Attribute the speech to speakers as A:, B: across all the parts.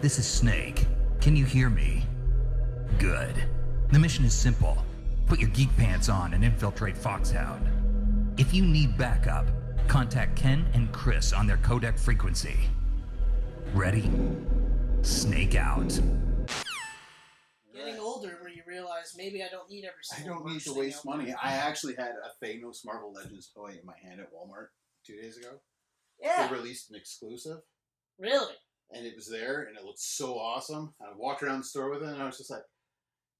A: This is Snake. Can you hear me? Good. The mission is simple put your geek pants on and infiltrate Foxhound. If you need backup, contact Ken and Chris on their codec frequency. Ready? Snake out.
B: Getting older, where you realize maybe I don't need every
C: I
B: single.
C: don't need
B: merch
C: to
B: thing
C: waste
B: out there.
C: money. I actually had a Thanos Marvel Legends toy in my hand at Walmart two days ago.
B: Yeah,
C: They released an exclusive,
B: really.
C: and it was there, and it looked so awesome. I walked around the store with it, and I was just like,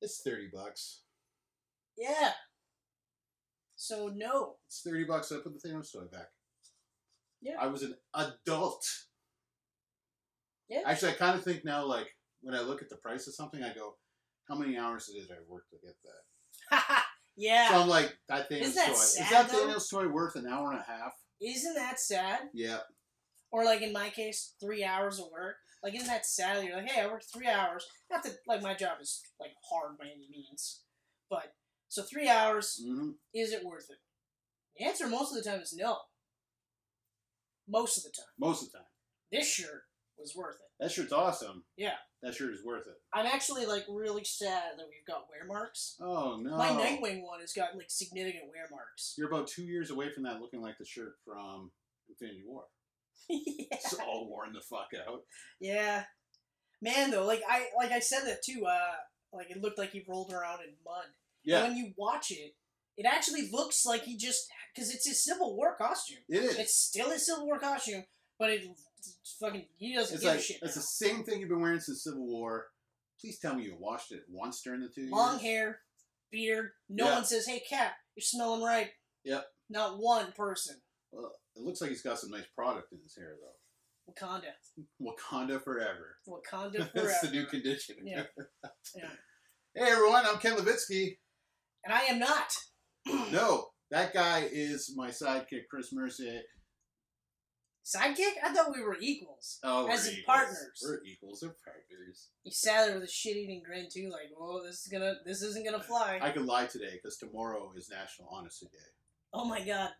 C: "It's thirty bucks.
B: Yeah. So no.
C: It's thirty bucks." So I put the Thanos toy back.
B: Yeah.
C: I was an adult.
B: Yeah.
C: Actually, I kind of think now, like when I look at the price of something, I go, "How many hours did I work to get that?"
B: yeah.
C: So I'm like, "That Thanos
B: Isn't that
C: toy is
B: sad,
C: that
B: though?
C: Thanos toy worth an hour and a half?"
B: Isn't that sad?
C: Yeah.
B: Or like in my case, three hours of work. Like isn't that sad? that You're like, hey, I worked three hours. Not that like my job is like hard by any means, but so three hours
C: hmm
B: is it worth it? The answer most of the time is no. Most of the time,
C: Most of the time.
B: this shirt was worth it.
C: That shirt's awesome.
B: Yeah.
C: That shirt is worth it.
B: I'm actually like really sad that we've got wear marks.
C: Oh no.
B: My Nightwing one has got like significant wear marks.
C: You're about two years away from that looking like the shirt from Infinity War.
B: yeah.
C: It's all worn the fuck out.
B: Yeah, man. Though, like I like I said that too. Uh, like it looked like he rolled around in mud.
C: Yeah.
B: When you watch it, it actually looks like he just because it's his Civil War costume.
C: It is.
B: It's still his Civil War costume, but it it's fucking he doesn't
C: It's
B: give
C: like
B: a shit.
C: it's the
B: now.
C: same thing you've been wearing since Civil War. Please tell me you washed it once during the two
B: Long
C: years.
B: hair, beard. No
C: Yeah.
B: one says, "Hey, cat, you're smelling right."
C: Yep.
B: Not one person.
C: Well, it looks like he's got some nice product in his hair though.
B: Wakanda.
C: Wakanda forever.
B: Wakanda forever.
C: That's the new condition.
B: Yeah. Yeah.
C: Hey everyone, I'm Ken Levitsky.
B: and I am not.
C: No, that guy is my sidekick, Chris Mercier.
B: Sidekick? I thought we were equals.
C: Oh,
B: As
C: we're
B: in
C: equals.
B: partners.
C: We're equals. We're partners.
B: He sat there with a shit-eating grin too, like, "Whoa, this is gonna, this isn't gonna fly."
C: I could lie today because tomorrow is National Honesty Day.
B: oh my god,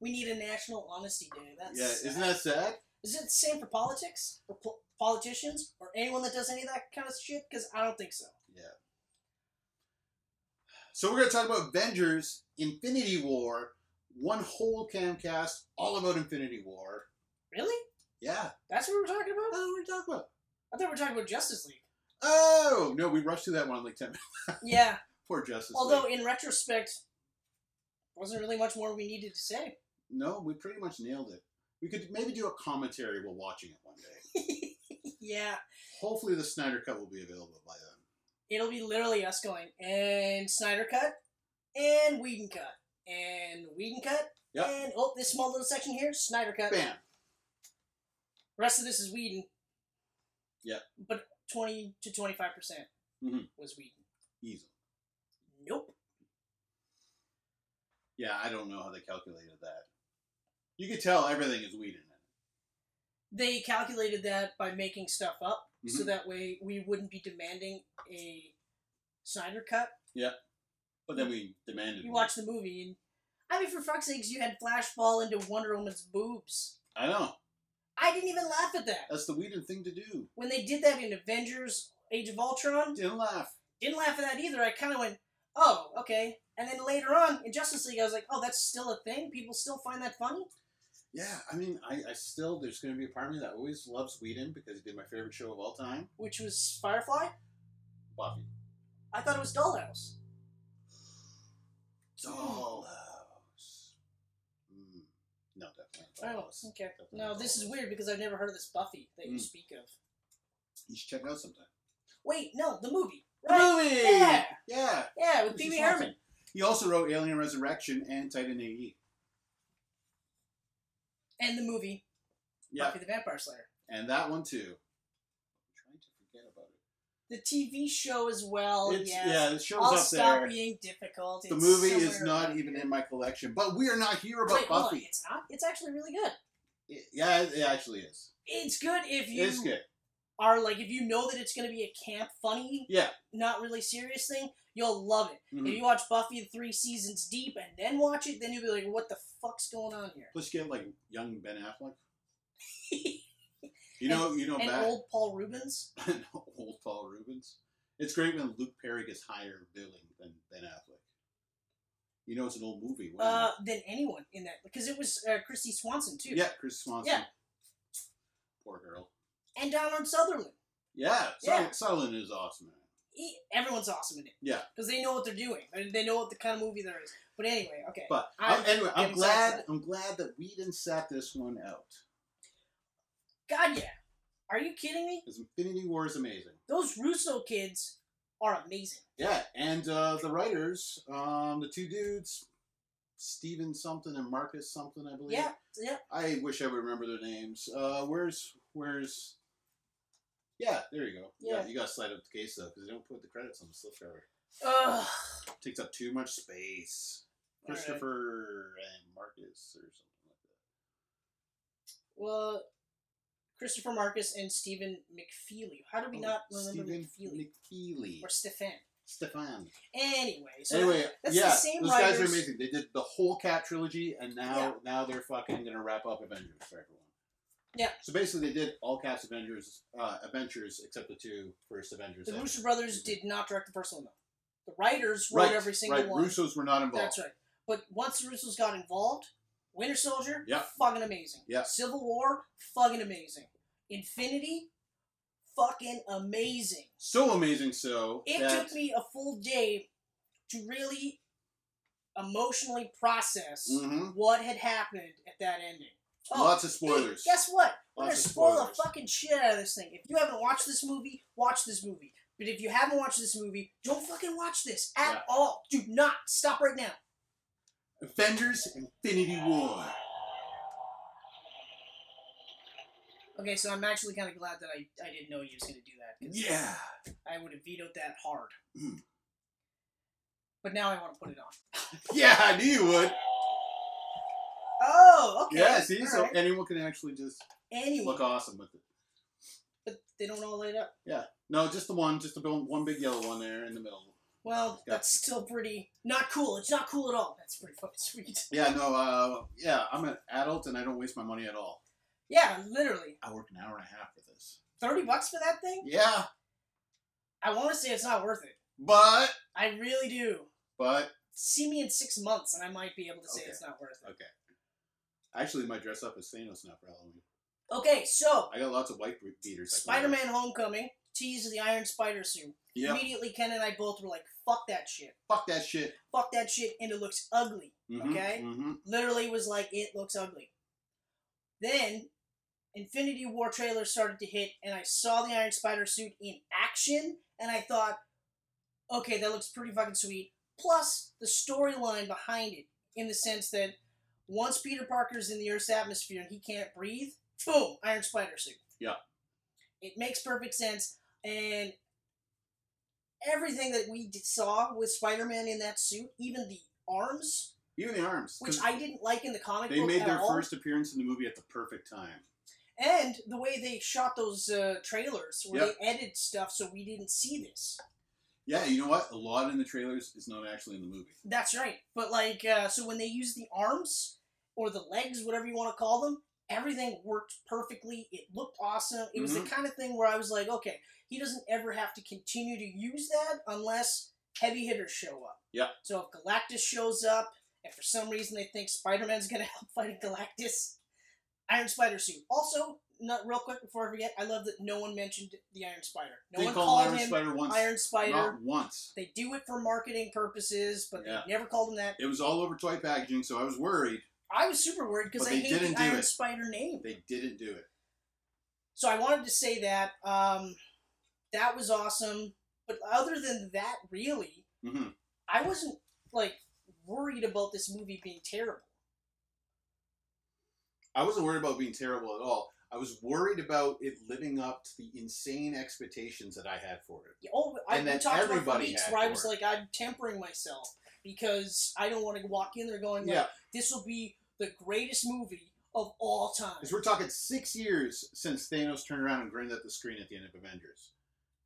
B: we need a national honesty day. That's
C: yeah, isn't that sad?
B: Is it the same for politics, or po- politicians, or anyone that does any of that kind of shit? Because I don't think so.
C: Yeah. So we're going to talk about Avengers Infinity War, one whole camcast all about Infinity War.
B: Really?
C: Yeah,
B: That's what we're talking
C: that's
B: about?
C: what we're talking about.
B: I thought we were talking about Justice League.
C: Oh, no, we rushed through that one in like 10 minutes.
B: Yeah.
C: Poor Justice.
B: Although
C: League.
B: in retrospect, wasn't really much more we needed to say.
C: No, we pretty much nailed it. We could maybe do a commentary while watching it one day.
B: yeah.
C: Hopefully, the Snyder Cut will be available by then.
B: It'll be literally us going, and Snyder cut, and Whedon cut, and Whedon cut,
C: Yep.
B: and oh, this small little section here, Snyder cut.
C: Bam.
B: Rest of this is Whedon.
C: Yep.
B: But 20 to 25% percent
C: Mhm.
B: was Whedon.
C: Easy.
B: Nope.
C: Yeah, I don't know how they calculated that. You could tell everything is Whedon in it.
B: They calculated that by making stuff up, so
C: Mhm.
B: that way we wouldn't be demanding a Snyder cut.
C: But then we demanded.
B: You
C: one.
B: watch the movie, and I mean, for fuck's sakes, you had Flash fall into Wonder Woman's boobs.
C: I know.
B: I didn't even laugh at that.
C: That's the Whedon thing to do.
B: when they did that in Avengers Age of Ultron,
C: Didn't laugh.
B: didn't laugh at that either. I kind of went, oh, okay. And then later on in Justice League, I was like, oh, that's still a thing? People still find that funny?
C: Yeah, I mean, I, I still, there's going to be a part of me that always loves Whedon because he did my favorite show of all time,
B: Which was Firefly?
C: Buffy.
B: I thought it was Dollhouse.
C: Dollhouse. Mm. No, definitely not
B: Oh,
C: Dollhouse.
B: okay.
C: Definitely
B: No,
C: not
B: this is
C: Dollhouse.
B: weird because I've never heard of this Buffy that you
C: Mm.
B: speak of.
C: You should check it out sometime.
B: Wait, no, the movie.
C: The
B: Right?
C: movie!
B: Yeah!
C: Yeah!
B: Yeah, with
C: This
B: Pee
C: is
B: Wee
C: awesome.
B: Herman.
C: He also wrote Alien Resurrection and Titan E. AE.
B: And the movie
C: Yeah.
B: Buffy the Vampire Slayer.
C: And that one too. I'm trying to forget about it.
B: The TV show as well.
C: It's-
B: Oh, yes.
C: Yeah, it shows
B: I'll
C: up
B: stop
C: there.
B: being difficult.
C: The
B: It's
C: movie is
B: somewhere
C: not
B: around
C: even
B: here.
C: in my collection, but we are not here about
B: Wait, hold on.
C: Buffy.
B: It's not. It's actually really good.
C: It- yeah, it, it actually is.
B: It's good if you
C: It's good.
B: are like if you know that it's going to be a camp funny,
C: Yeah.
B: not really serious thing, you'll love it.
C: Mhm.
B: If you watch Buffy three seasons deep and then watch it, then you'll be like, "What the fuck's going on here?"
C: Plus, you get like young Ben Affleck. You know, you know,
B: and
C: back
B: old Paul Rubens.
C: old Paul Rubens. It's great when Luke Perry gets higher billing than Ben Affleck. You know, it's an old movie. Why
B: Uh,
C: not?
B: than anyone in that because it was uh, Christy Swanson too.
C: yeah, Chris Swanson.
B: yeah.
C: Poor girl.
B: and Donald Sutherland.
C: Yeah, Sul-
B: Yeah.
C: Sutherland is awesome. Man.
B: He, everyone's awesome in it.
C: Yeah.
B: because they know what they're doing. They, they know what the kind of movie there is. But anyway, okay.
C: But
B: I'm
C: I'm, anyway, I'm
B: getting
C: glad.
B: sidetracked.
C: I'm glad that we didn't sat this one out
B: God, yeah. Are you kidding me?
C: because Infinity War is amazing.
B: Those Russo kids are amazing.
C: Yeah, and uh, the writers, um, the two dudes, Steven something and Marcus something, I believe.
B: Yeah, yeah.
C: I wish I would remember their names. Uh, where's where's? Yeah, there you go. Yeah,
B: Yeah.
C: you got to slide up the case though because they don't put the credits on the slipcover.
B: Ugh.
C: Takes up too much space.
B: All right.
C: Christopher and Marcus or something like that.
B: Well, Christopher Marcus and Stephen McFeely. How do we not remember
C: Oh, Stephen
B: McFeely
C: McFeely.
B: or Stefan?
C: Stefan.
B: Anyway, so
C: anyway,
B: that's
C: yeah,
B: the same
C: those
B: writers.
C: guys are amazing. They did the whole Cat trilogy, and now now they're fucking gonna wrap up Avengers for everyone.
B: Yeah.
C: So basically, they did all Cat's Avengers uh, adventures except the two first Avengers.
B: The
C: episodes.
B: Russo brothers did not direct the first one, though. The writers wrote
C: right,
B: every single
C: right.
B: one.
C: Russos were not involved.
B: That's right. But once the Russos got involved, Winter Soldier,
C: Yeah.
B: fucking amazing.
C: Yeah.
B: Civil War, fucking amazing. Infinity, fucking amazing.
C: So amazing, so
B: It
C: that
B: took me a full day to really emotionally process
C: Mhm.
B: what had happened at that ending. Oh,
C: lots of
B: hey,
C: spoilers.
B: guess what? We're
C: Lots
B: gonna
C: of
B: spoil
C: spoilers.
B: the fucking shit out of this thing. If you haven't watched this movie, watch this movie. But if you haven't watched this movie, don't fucking watch this at
C: Yeah.
B: all. Do not stop right now.
C: Avengers: Infinity War.
B: Okay, so I'm actually kind of glad that I, I didn't know you was going to do that. 'cause
C: Yeah.
B: I would have vetoed that hard.
C: Mm.
B: But now I want to put it on.
C: Yeah, I knew you would.
B: Oh, okay.
C: Yeah, see, so
B: alright.
C: anyone can actually just
B: Anyway,
C: look awesome with it.
B: but they don't all light up.
C: No, just the one, just the one one big yellow one there in the middle.
B: Well,
C: Yeah.
B: that's still pretty not cool. It's not cool at all. That's pretty fucking sweet.
C: Yeah, no, uh, yeah, I'm an adult and I don't waste my money at all.
B: Yeah, literally
C: I work an hour and a half for this.
B: thirty bucks for that thing.
C: Yeah,
B: I want to say it's not worth it.
C: but,
B: I really do.
C: but,
B: See me in six months, and I might be able to say
C: Okay.
B: it's not worth it.
C: okay. Actually, my dress up as Thanos now for Halloween.
B: Okay, so
C: I got lots of white be- beaters. I can wear.
B: Spider-Man: Homecoming teased the Iron Spider suit.
C: Yeah,
B: Immediately, Ken and I both were like, "Fuck that shit!
C: fuck that shit.
B: Fuck that shit!" And it looks ugly.
C: Mhm,
B: Okay.
C: mhm.
B: Literally was like, "It looks ugly." Then, Infinity War trailer started to hit, and I saw the Iron Spider suit in action, and I thought, "Okay, that looks pretty fucking sweet." Plus, the storyline behind it, in the sense that once Peter Parker's in the Earth's atmosphere and he can't breathe, boom, Iron Spider suit.
C: Yeah.
B: It makes perfect sense, and everything that we d- saw with Spider-Man in that suit, even the arms,
C: Even the arms.
B: which
C: 'cause
B: I didn't like in the comic
C: they
B: book
C: made
B: at
C: their
B: all,
C: first appearance in the movie at the perfect time.
B: and the way they shot those uh, trailers, where
C: Yep.
B: they edited stuff so we didn't see this.
C: Yeah, you know what? A lot in the trailers is not actually in the movie.
B: That's right. But like, uh, so when they use the arms or the legs, whatever you want to call them, everything worked perfectly. It looked awesome. It was
C: Mm-hmm.
B: the kind of thing where I was like, okay, he doesn't ever have to continue to use that unless heavy hitters show up.
C: Yeah.
B: So if Galactus shows up, and for some reason they think Spider Man's gonna help fight Galactus, Iron Spider suit. Also, not real quick before I forget, I love that no one mentioned the Iron Spider. No
C: they
B: one
C: call him
B: called
C: Iron
B: him
C: Spider once.
B: Iron Spider.
C: Not once.
B: They do it for marketing purposes, but
C: Yeah.
B: they never called him that.
C: It was all over toy packaging, so I was worried
B: I was super worried because
C: But
B: I
C: they
B: hate
C: didn't
B: the
C: do
B: Iron
C: it.
B: Spider name.
C: they didn't do it.
B: So I wanted to say that um, that was awesome. But other than that, really,
C: hmm
B: I wasn't like worried about this movie being terrible.
C: I wasn't worried about being terrible at all. I was worried about it living up to the insane expectations that I had for it.
B: Oh, I
C: And
B: we
C: that
B: talked about it for
C: everybody
B: weeks
C: had
B: where I
C: for
B: was
C: it.
B: like, I'm tempering myself because I don't want to walk in there going, like,
C: Yeah,
B: this will be the greatest movie of all time.
C: because we're talking six years since Thanos turned around and grinned at the screen at the end of Avengers.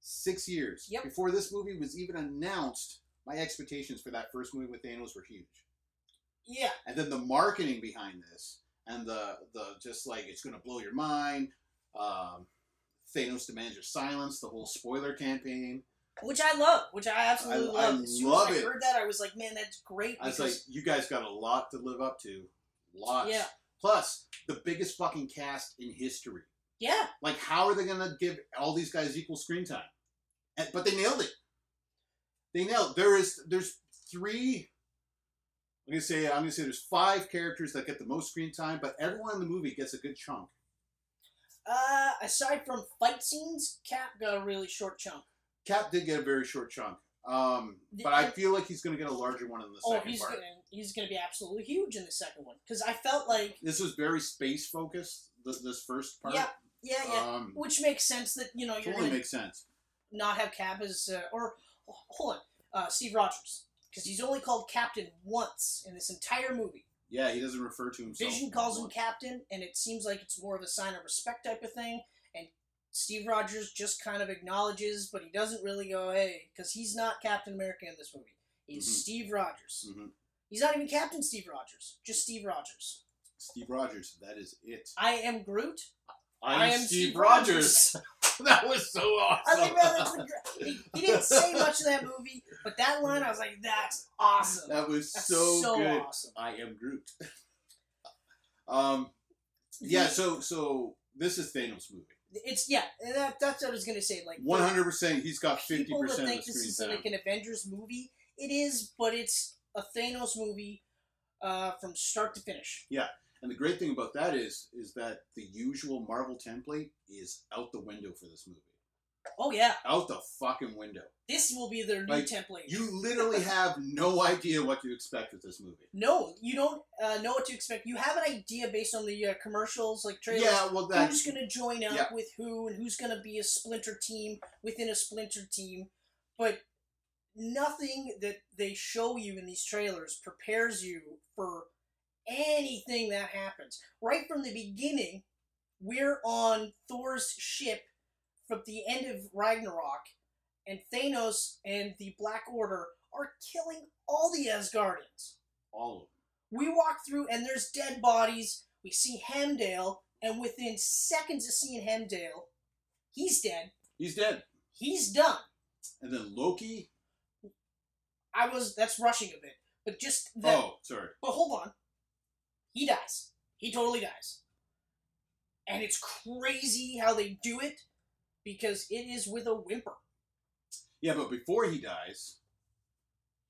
C: Six years.
B: Yep.
C: Before this movie was even announced, my expectations for that first movie with Thanos were huge.
B: Yeah,
C: And then the marketing behind this and the the just like it's gonna blow your mind. Um, Thanos demands your silence. The whole spoiler campaign.
B: which I love, which I absolutely
C: I- I
B: love. As soon as
C: love
B: I
C: it.
B: heard that, I was like, man, that's great.
C: I was like,
B: because-
C: you guys got a lot to live up to. Lots.
B: Yeah.
C: Plus, the biggest fucking cast in history.
B: yeah,
C: Like, how are they gonna give all these guys equal screen time? And, but they nailed it. They nailed. There is there's three. I'm gonna say I'm gonna say there's five characters that get the most screen time, but everyone in the movie gets a good chunk.
B: uh, aside from fight scenes, Cap got a really short chunk.
C: Cap did get a very short chunk, um, but I feel like he's gonna get a larger one in the
B: Oh,
C: second
B: he's
C: part.
B: gonna, he's gonna be absolutely huge in the second one because I felt like
C: This was very space focused. This, this first part.
B: Yeah, yeah, yeah,
C: Um,
B: which makes sense that you know you're
C: totally
B: gonna
C: makes sense.
B: not have Cap as uh, or oh, hold on, uh, Steve Rogers because he's only called Captain once in this entire movie.
C: Yeah, he doesn't refer to himself.
B: Vision calls him Captain, and it seems like it's more of a sign of respect type of thing. And Steve Rogers just kind of acknowledges, but he doesn't really go, hey, because he's not Captain America in this movie. He's
C: Mhm.
B: Steve Rogers.
C: Mhm.
B: He's not even Captain Steve Rogers, just Steve Rogers.
C: Steve Rogers. That is it.
B: I am Groot.
C: I, am Steve, Rogers. that was so
B: I
C: awesome.
B: think that was the gr- he, he didn't say much in that movie, but that line, I was like, that's awesome.
C: that was
B: That's
C: so, good.
B: awesome.
C: I am Groot. um, yeah. So so this is Thanos' movie.
B: It's, yeah, and that, that's what I was going to say. Like,
C: One hundred percent. He's got fifty
B: people would
C: percent
B: think
C: of the
B: this
C: screen
B: is
C: time.
B: like an Avengers movie. It is, but it's a Thanos movie uh, from start to finish.
C: and the great thing about that is is that the usual Marvel template is out the window for this movie.
B: Oh yeah,
C: Out the fucking window.
B: this will be their new
C: Like,
B: template.
C: You literally have no idea what you expect with this movie.
B: no, you don't uh, know what to expect. You have an idea based on the uh, commercials, like trailers.
C: Yeah, well, that's
B: who's gonna join up
C: yeah.
B: with who, and who's gonna be a splinter team within a splinter team, but nothing that they show you in these trailers prepares you for anything that happens. Right from the beginning, we're on Thor's ship from the end of Ragnarok, and Thanos and the Black Order are killing all the Asgardians.
C: all of them.
B: We walk through and there's dead bodies. We see Hemdale, and within seconds of seeing Hemdale, he's dead.
C: He's dead.
B: He's done.
C: And then Loki.
B: I was that's rushing a bit, but just that.
C: oh, sorry.
B: But hold on, he dies. He totally dies. And it's crazy how they do it because it is with a whimper.
C: Yeah, but before he dies,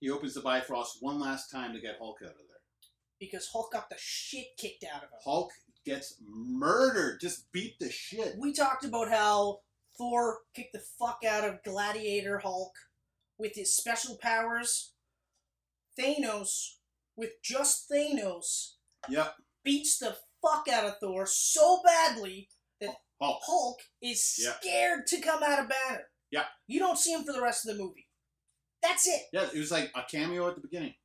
C: he opens the Bifrost one last time to get Hulk out of there.
B: Because Hulk got the shit kicked out of him.
C: Hulk gets murdered. Just beat the shit.
B: We talked about how Thor kicked the fuck out of Gladiator Hulk with his special powers. Thanos, with just Thanos,
C: Yep.
B: beats the fuck out of Thor so badly
C: Hulk.
B: Hulk is
C: Yeah.
B: scared to come out of Banner.
C: Yeah.
B: You don't see him for the rest of the movie. That's it.
C: Yeah, it was like a cameo at the beginning.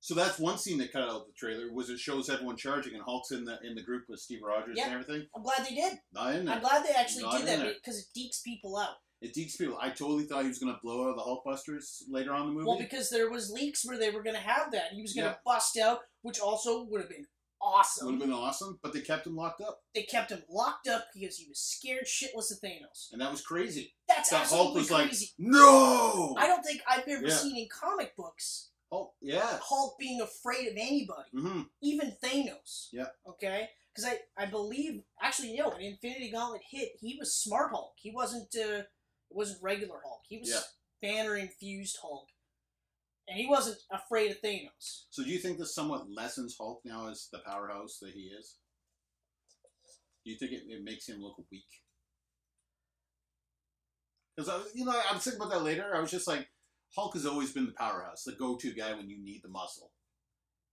C: So that's one scene that cut out of the trailer was it shows everyone charging and Hulk's in the in the group with Steve Rogers
B: Yeah.
C: and everything.
B: I'm glad they did.
C: Not in there.
B: I'm glad they actually
C: Not
B: did
C: in
B: that
C: there.
B: because it deeks people out.
C: It deeks people. I totally thought he was gonna blow out the Hulkbusters later on in the movie.
B: Well, because there was leaks where they were going to have that. He was going to
C: Yeah.
B: bust out, which also would have been
C: would
B: awesome.
C: have been awesome, but they kept him locked up,
B: they kept him locked up because he was scared shitless of Thanos.
C: and that was crazy.
B: That's
C: that Hulk
B: absolutely
C: was like,
B: crazy.
C: "No!"
B: I don't think I've ever
C: Yeah.
B: seen in comic books
C: Hulk, yeah.
B: Hulk being afraid of anybody,
C: Mm-hmm.
B: even Thanos.
C: Yeah.
B: Okay. Because I, I believe actually no, when Infinity Gauntlet hit, he was Smart Hulk. He wasn't uh, wasn't regular Hulk. He was
C: Yeah.
B: Banner infused Hulk, and he wasn't afraid of Thanos.
C: So do you think this somewhat lessens Hulk now as the powerhouse that he is? Do you think it, it makes him look weak? Because you know, I was thinking about that later. I was just like, Hulk has always been the powerhouse, the go-to guy when you need the muscle.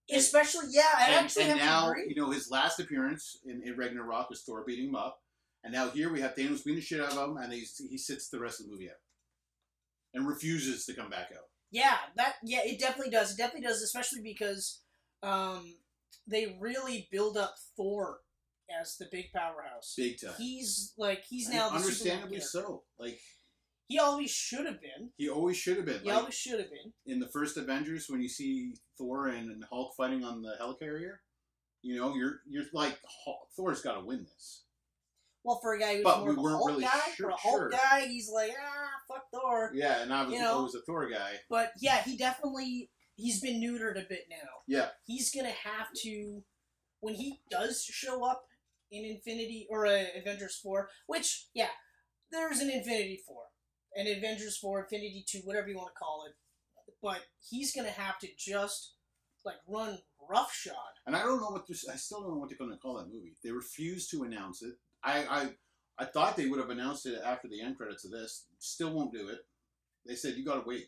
C: And-
B: Especially yeah, I
C: and
B: actually
C: and
B: have
C: now
B: to agree.
C: you know his last appearance in, in Ragnarok was Thor beating him up, and now here we have Thanos beating the shit out of him, and he's, he sits the rest of the movie out, and refuses to come back out.
B: Yeah, that yeah, it definitely does. It definitely does, especially because um, they really build up Thor as the big powerhouse.
C: Big time.
B: He's like he's now
C: And
B: the
C: understandably
B: understandably so.
C: so. Like
B: He always should have been.
C: he always should have been.
B: He
C: Like,
B: always should have been.
C: in the first Avengers when you see Thor and, and Hulk fighting on the helicarrier, you know, you're you're like "Hul- Thor's got to win this.
B: Well, for a guy who's
C: But
B: more
C: we
B: of a
C: weren't
B: Hulk
C: really
B: guy,
C: sure-
B: for a Hulk
C: sure.
B: guy, he's like, ah, fuck Thor.
C: Yeah, and I was
B: You know?
C: always a Thor guy.
B: But yeah, he definitely he's been neutered a bit now.
C: Yeah.
B: He's gonna have to when he does show up in Infinity or uh, Avengers Four, which yeah, there's an Infinity Four, an Avengers Four, Infinity Two, whatever you want to call it. But he's gonna have to just like run roughshod.
C: And I don't know what this, I still don't know what they're going to call that movie. They refuse to announce it. I, I I thought they would have announced it after the end credits of this. Still won't do it. They said you got to wait.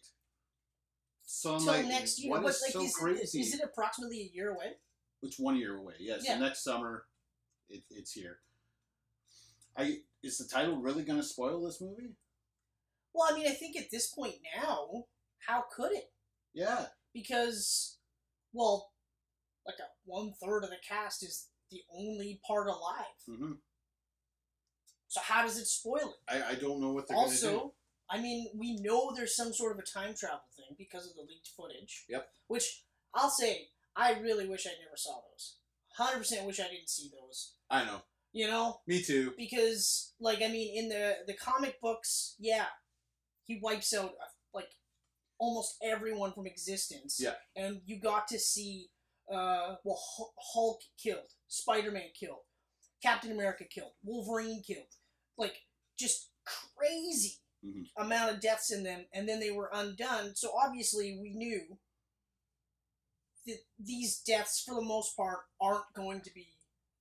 C: So I'm
B: Till
C: like,
B: next year,
C: what
B: What,
C: is
B: like,
C: so
B: is,
C: crazy?
B: It, is it approximately a year away?
C: it's one year away. Yes,
B: Yeah.
C: so next summer, it, it's here. I is the title really going to spoil this movie?
B: Well, I mean, I think at this point now, how could it?
C: Yeah,
B: because well like a one third of the cast is the only part alive
C: hmm
B: so how does it spoil it
C: I, I don't know what they're going to do.
B: also i mean we know there's some sort of a time travel thing because of the leaked footage
C: Yep.
B: which i'll say i really wish i never saw those 100% wish i didn't see those
C: I know.
B: you know
C: Me too.
B: because like i mean in the the comic books yeah he wipes out uh, like almost everyone from existence
C: Yeah.
B: and you got to see uh well Hu- hulk killed spider-man killed captain america killed wolverine killed like just crazy
C: Mhm.
B: amount of deaths in them and then they were undone so obviously we knew that these deaths for the most part aren't going to be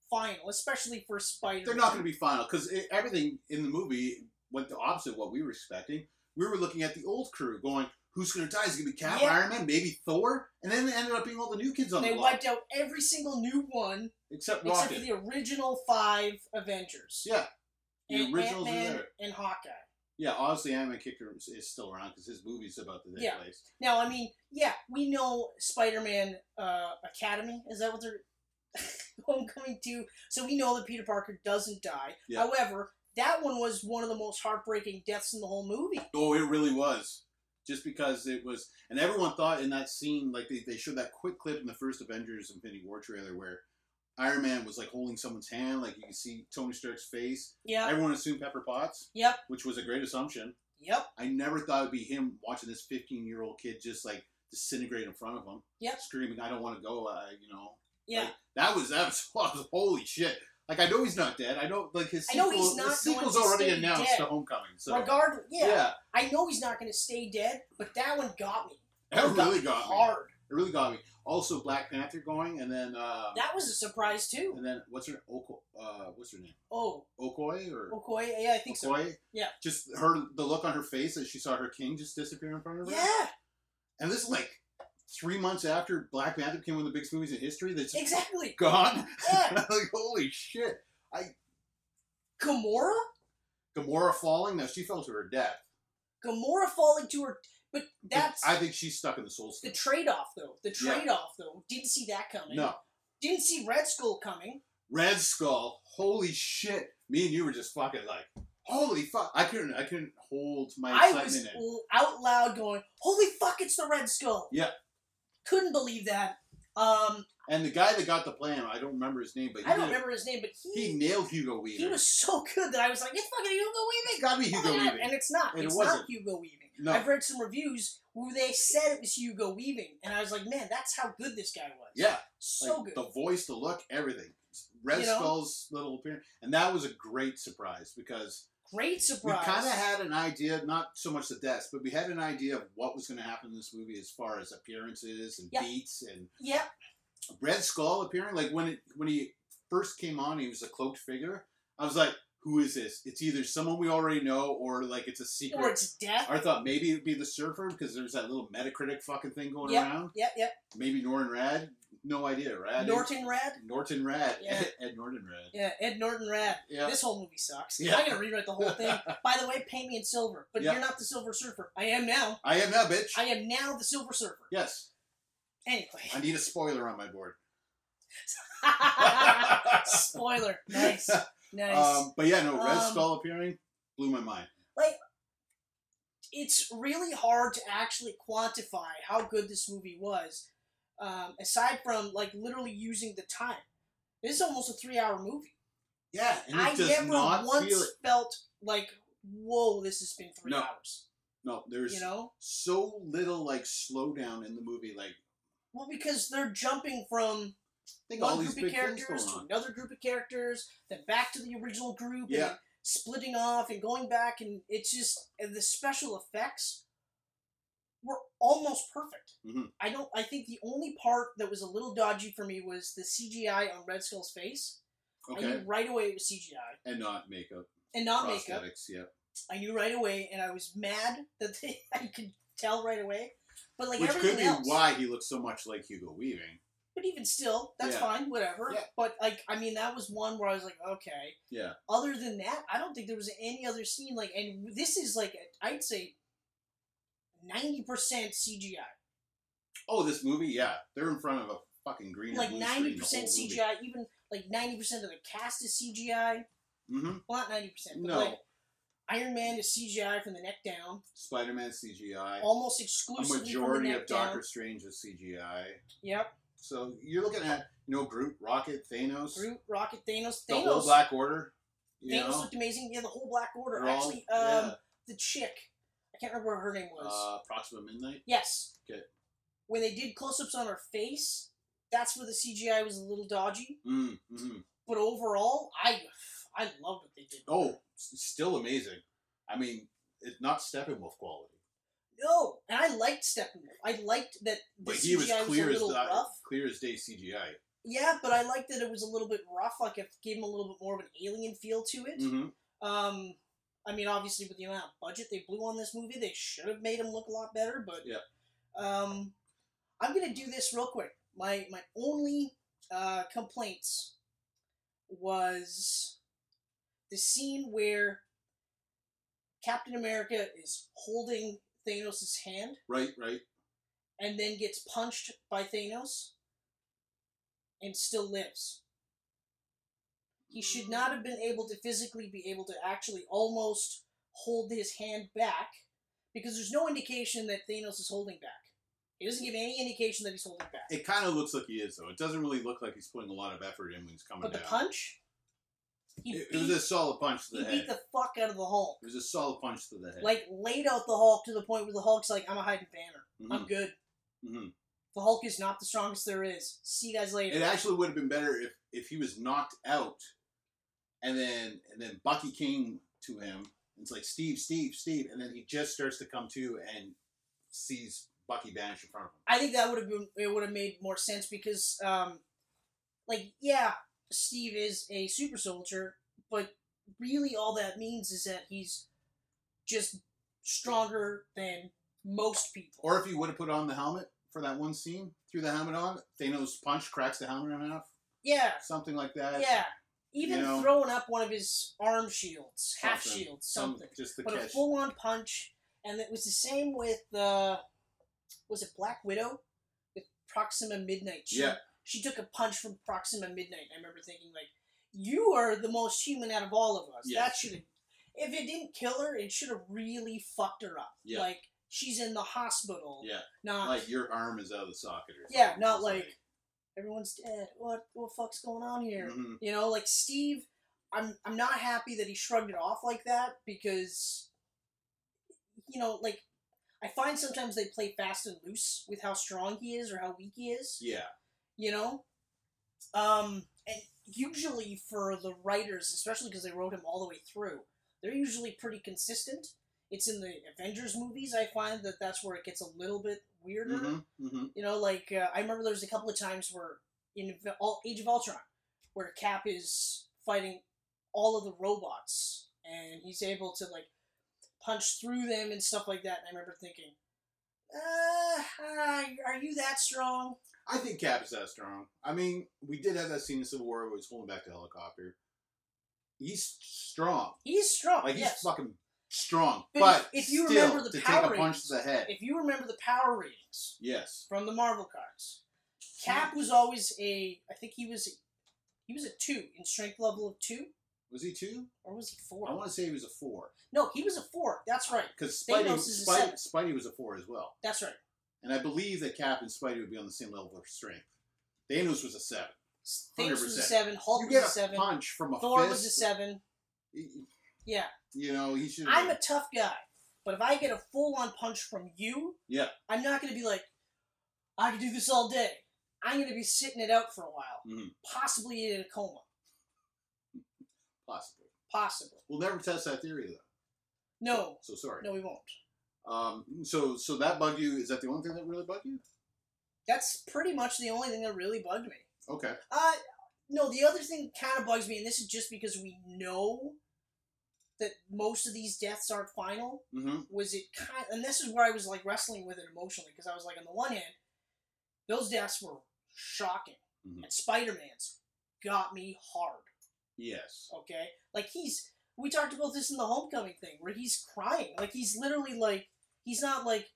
B: final especially for spider-man
C: They're not going to be final because everything in the movie went the opposite of what we were expecting. We were looking at the old crew going, who's going to die? Is it going to be Cap,
B: Yeah.
C: Iron Man, maybe Thor? And then it ended up being all the new kids on
B: They
C: the block,
B: wiped out every single new one
C: except
B: except
C: Rocket.
B: for the original five Avengers.
C: yeah. The
B: and
C: originals are
B: Ant-Man
C: there.
B: and Hawkeye.
C: Yeah, obviously, Ant Man Kicker is, is still around because his movie's about to take
B: Yeah.
C: place.
B: Now, I mean, yeah, we know Spider-Man uh, Academy. Is that what they're homecoming to? So we know that Peter Parker doesn't die.
C: Yeah.
B: However, that one was one of the most heartbreaking deaths in the whole movie.
C: Oh, it really was. Just because it was, and everyone thought in that scene, like they, they showed that quick clip in the first Avengers Infinity War trailer where Iron Man was like holding someone's hand, like you can see Tony Stark's face.
B: Yeah.
C: Everyone assumed Pepper Potts,
B: Yep.
C: which was a great assumption.
B: Yep.
C: I never thought it'd be him watching this 15 year old kid just like disintegrate in front of him.
B: Yep.
C: Screaming, I don't want to go. I, you know.
B: Yeah.
C: Like, that was that was, holy shit. Like I know he's not dead. I know like his
B: I know
C: sequel,
B: he's not
C: his sequel's
B: going to
C: already
B: stay
C: announced
B: dead.
C: to Homecoming. So
B: Regardless, yeah,
C: yeah,
B: I know he's not going to stay dead, but that one got me.
C: that
B: It got
C: really got me.
B: hard.
C: It really got me. Also Black Panther going, and then uh,
B: That was a surprise too.
C: and then what's her Oko, uh, what's her name?
B: Oh,
C: Okoy or
B: Okoye, yeah, I think so.
C: Okoye?
B: Yeah.
C: Just her the look on her face as she saw her king just disappear in front of her.
B: Yeah,
C: And this is like three months after Black Panther became one of the biggest movies in history. That's just
B: exactly.
C: gone.
B: Yeah,
C: like holy shit!
B: Gamora,
C: Gamora falling. Now she fell to her death.
B: Gamora falling to her, but that's
C: I think she's stuck in the soul stone.
B: the trade-off though. The
C: Yeah.
B: trade-off though. Didn't see that coming.
C: No,
B: Didn't see Red Skull coming.
C: Red Skull. Holy shit! Me and you were just fucking like, holy fuck! I couldn't. I couldn't hold my
B: I
C: excitement
B: was
C: in.
B: l- out loud going, "Holy fuck! It's the Red Skull."
C: Yeah.
B: Couldn't believe that. Um,
C: And the guy that got the plan, I don't remember his name, but he,
B: I don't
C: did-
B: remember his name, but
C: he
B: he
C: nailed Hugo Weaving.
B: he was so good that I was like, "It's fucking Hugo Weaving."
C: It's gotta be Hugo
B: Oh my God,
C: Weaving.
B: And it's not.
C: And it
B: it's not
C: wasn't.
B: Hugo Weaving.
C: No.
B: I've read some reviews where they said it was Hugo Weaving, and I was like, man, that's how good this guy was.
C: yeah,
B: So
C: like,
B: good.
C: The voice, the look, everything. Red
B: You know?
C: Skull's little appearance, and that was a great surprise because
B: Great surprise.
C: We kind of had an idea, not so much the deaths, but we had an idea of what was going to happen in this movie as far as appearances and
B: Yeah.
C: beats and
B: Yep.
C: Red Skull appearing. Like when it, when he first came on, he was a cloaked figure. I was like, who is this? It's either someone we already know or like it's a secret.
B: Or it's death.
C: I thought maybe it'd be the Surfer because there's that little Metacritic fucking thing going
B: Yeah.
C: around.
B: Yep, yep.
C: Maybe Norton Rad. No idea. Rad.
B: Norton Rad.
C: Norton Rad.
B: Yeah.
C: Ed Norton Rad.
B: Yeah, Ed Norton Rad.
C: Yeah.
B: This whole movie sucks.
C: Yeah.
B: I'm gonna rewrite the whole thing. By the way, pay me in silver. But
C: Yeah.
B: you're not the Silver Surfer. I am now.
C: I am that bitch.
B: I am now the Silver Surfer.
C: yes. I
B: Anyway.
C: need a spoiler on my board.
B: Spoiler. Nice. Nice.
C: Um, but yeah, no, Red
B: Um,
C: Skull appearing blew my mind.
B: it's really hard to actually quantify how good this movie was, um, aside from like literally using the time. This is almost a three-hour movie.
C: Yeah, and it
B: I
C: does
B: never
C: not feel
B: once
C: it.
B: felt like, whoa, this has been three
C: No.
B: hours.
C: No, there's
B: You know?
C: so little like slowdown in the movie. Like
B: Well, because they're jumping from
C: I think all
B: one
C: these
B: group
C: big
B: of
C: things going
B: characters to
C: on.
B: another group of characters, then back to the original group,
C: Yeah.
B: and splitting off and going back, and it's just and the special effects were almost perfect.
C: Mhm.
B: I don't. I think the only part that was a little dodgy for me was the CGI on Red Skull's face. I
C: Okay,
B: knew right away it was CGI
C: and not makeup,
B: and not makeup.
C: prosthetics. Yeah,
B: I knew right away, and I was mad that they, I could tell right away. But like
C: which
B: everything
C: could be
B: else,
C: why he looks so much like Hugo Weaving.
B: but even still, that's
C: Yeah.
B: fine, whatever.
C: Yeah.
B: But like, I mean, that was one where I was like, okay.
C: Yeah.
B: Other than that, I don't think there was any other scene like, and this is like, i I'd say, ninety percent CGI,
C: Oh, this movie, yeah, they're in front of a fucking green. and
B: like
C: blue screen
B: ninety percent CGI, even like ninety percent of the cast is CGI.
C: Mm-hmm.
B: Well, not ninety percent, but
C: No.
B: like Iron Man is CGI from the neck down,
C: Spider-Man CGI.
B: almost
C: a
B: exclusively from
C: majority
B: the neck
C: of Doctor
B: down.
C: Strange is CGI.
B: Yep,
C: So you're looking at you know Groot, Rocket, Thanos,
B: Groot, Rocket, Thanos,
C: the whole
B: Thanos.
C: Black Order. You
B: Thanos
C: know,
B: looked amazing. Yeah, the whole Black Order.
C: They're all-
B: Actually, um,
C: yeah.
B: the chick. I can't remember what her name was.
C: uh, Proxima Midnight.
B: yes.
C: okay.
B: When they did close-ups on her face, that's where the CGI was a little dodgy.
C: Mm, hmm
B: But overall, I I love what they did.
C: Oh, s- still amazing. I mean, it's not Steppenwolf quality,
B: No, and I liked Steppenwolf. I liked that the
C: but
B: CGI
C: he was clear
B: a
C: as
B: little
C: di-
B: rough.
C: clear as day CGI.
B: Yeah, but I liked that it was a little bit rough. Like it gave him a little bit more of an alien feel to it.
C: hmm
B: Um, I mean, obviously, with the amount of budget they blew on this movie, they should have made him look a lot better. But
C: Yeah.
B: um, I'm gonna do this real quick. My my only uh, complaints was the scene where Captain America is holding Thanos' hand
C: Right, right.
B: and then gets punched by Thanos and still lives. He should not have been able to physically be able to actually almost hold his hand back because there's no indication that Thanos is holding back. It doesn't give any indication that he's holding back.
C: It kind of looks like he is though. It doesn't really look like he's putting a lot of effort in when he's coming
B: but the
C: down.
B: punch, he
C: it, it
B: beat,
C: was a solid punch to
B: he
C: the head.
B: beat the fuck out of the Hulk.
C: it was a solid punch to the head.
B: Like laid out the Hulk to the point where the Hulk's like, I'm a hiding banner. I'm
C: Mhm,
B: good.
C: mhm.
B: The Hulk is not the strongest there is. See you guys later.
C: It actually would have been better if if he was knocked out, and then and then Bucky came to him. And it's like Steve, Steve, Steve, and then he just starts to come to and sees Bucky vanish in front of him.
B: I think that would have been it would have made more sense because um like yeah, Steve is a super soldier, but really all that means is that he's just stronger than most people.
C: Or if he would have put on the helmet for that one scene, threw the helmet on, Thanos punch cracks the helmet in half,
B: yeah,
C: something like that.
B: yeah. Even
C: you know-
B: throwing up one of his arm shields, half
C: Something.
B: shields,
C: Some-
B: something.
C: just the
B: but a
C: catch.
B: full on punch, and it was the same with uh was it Black Widow? With Proxima Midnight. She
C: yeah,
B: she took a punch from Proxima Midnight. I remember thinking, like, you are the most human out of all of us. That
C: Yes.
B: should have, if it didn't kill her, it should have really fucked her up.
C: Yeah.
B: Like, she's in the hospital.
C: Yeah.
B: Not,
C: like your arm is out of the socket. Or
B: yeah,
C: something.
B: not
C: It's
B: like, everyone's dead. What, what the fuck's going on here?
C: mhm.
B: You know, like, Steve, I'm, I'm not happy that he shrugged it off like that because, you know, like, I find sometimes they play fast and loose with how strong he is or how weak he is
C: yeah,
B: you know um and usually for the writers especially because they wrote him all the way through they're usually pretty consistent it's in the avengers movies i find that that's where it gets a little bit weirder
C: hmm hmm
B: you know like uh, i remember there was a couple of times where in Ave- all, age of ultron where cap is fighting all of the robots and he's able to like punch through them and stuff like that and i remember thinking uh, uh, are you that strong
C: I think Cap is that strong. I mean, we did have that scene in Civil War where he was holding back the helicopter. He's strong.
B: He's strong.
C: Like he's
B: yes.
C: fucking strong.
B: But
C: But,
B: if- if you
C: still,
B: remember the
C: to
B: Power
C: take a punch
B: Rangers-
C: to the head.
B: if you remember the power ratings
C: yes.
B: from the Marvel cards,
C: Hmm.
B: Cap was always a. I think he was, he was a two in strength level of two,
C: Was he two?
B: or was he
C: I
B: four?
C: want to say he was a four.
B: No, he was a four. That's right.
C: Because Spidey,
B: Thanos is a
C: Spidey,
B: seven.
C: Spidey was a four as well.
B: That's right.
C: And I believe that Cap and Spidey would be on the same level of strength. Thanos was a seven.
B: Things was a
C: 100%.
B: seven. Hulk
C: you
B: was
C: get
B: a
C: a
B: seven.
C: punch from a
B: Thor
C: fist.
B: was a seven.
C: y-
B: Yeah,
C: You know, he should.
B: I'm a tough guy, but if I get a full-on punch from you,
C: Yeah.
B: I'm not gonna be like, I could do this all day. I'm gonna be sitting it out for a while,
C: Mhm.
B: possibly in a coma,
C: possibly.
B: possibly.
C: We'll never test that theory though.
B: No,
C: So sorry.
B: no, we won't.
C: Um. So so that bugged you. Is that the only thing that really bugged you?
B: That's pretty much the only thing that really bugged me.
C: Okay.
B: Uh, no, the other thing kind of bugs me, and this is just because we know that most of these deaths aren't final.
C: Mm-hmm.
B: was it kind and this is where I was like wrestling with it emotionally because I was like on the one hand those deaths were shocking
C: Mhm.
B: and Spider-Man's got me hard
C: Yes.
B: okay like he's we talked about this in the homecoming thing where he's crying like he's literally like he's not like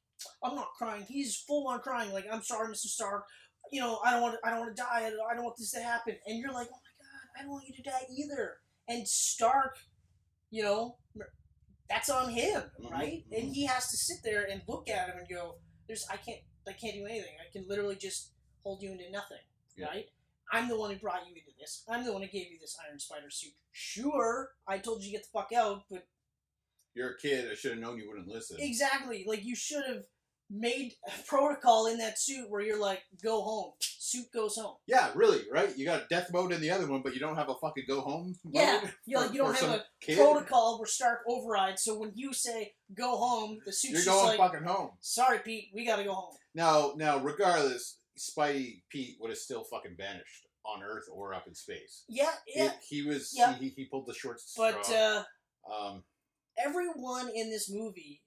B: I'm not crying he's full on crying like I'm sorry Mr. Stark you know I don't want to, I don't want to die I don't, I don't want this to happen and you're like oh my god I don't want you to die either and Stark you know that's on him
C: Mhm,
B: right
C: mhm.
B: and he has to sit there and look at him and go there's I can't I can't do anything I can literally just hold you into nothing
C: Yeah.
B: right I'm the one who brought you into this. I'm the one who gave you this Iron Spider suit. Sure, I told you to get the fuck out, but
C: You're a kid. I should have known you wouldn't listen.
B: exactly, like you should have made a protocol in that suit where you're like, go home. Suit goes home.
C: yeah, really, right? You got death mode in the other one, but you don't have a fucking go home. Mode
B: Yeah, you're
C: for-
B: like you don't
C: for some
B: have a
C: kid?
B: protocol where Stark overrides. So when you say go home, the suit's
C: You're
B: just
C: going
B: like,
C: fucking home.
B: sorry, Pete, we gotta go home.
C: Now, now, regardless, Spidey Pete would have still fucking vanished on Earth or up in space.
B: Yeah, yeah,
C: He, he was.
B: Yeah.
C: He, he pulled the short straw.
B: but. uh
C: um,
B: everyone in this movie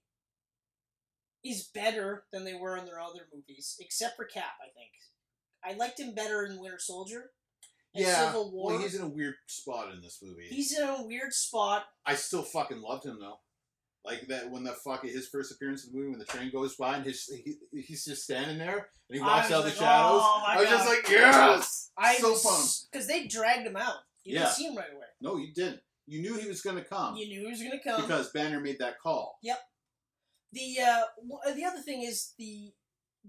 B: is better than they were in their other movies, except for Cap. I think I liked him better in Winter Soldier. And
C: yeah.
B: Civil War.
C: Well, he's
B: he's,
C: in a weird spot in this movie.
B: in a weird spot.
C: I still fucking loved him though. Like that when the fuck his first appearance in the movie when the train goes by and his he, he's just standing there and he
B: I
C: walks
B: was
C: out of
B: like,
C: the shadows.
B: "Oh my
C: I was just
B: God."
C: like, yes,
B: I
C: so pumped.
B: because they dragged him out. You
C: Yeah.
B: didn't see him right away.
C: No, you didn't. You knew he was gonna come
B: You knew he was gonna come.
C: because Banner made that call.
B: the uh, w- the other thing is the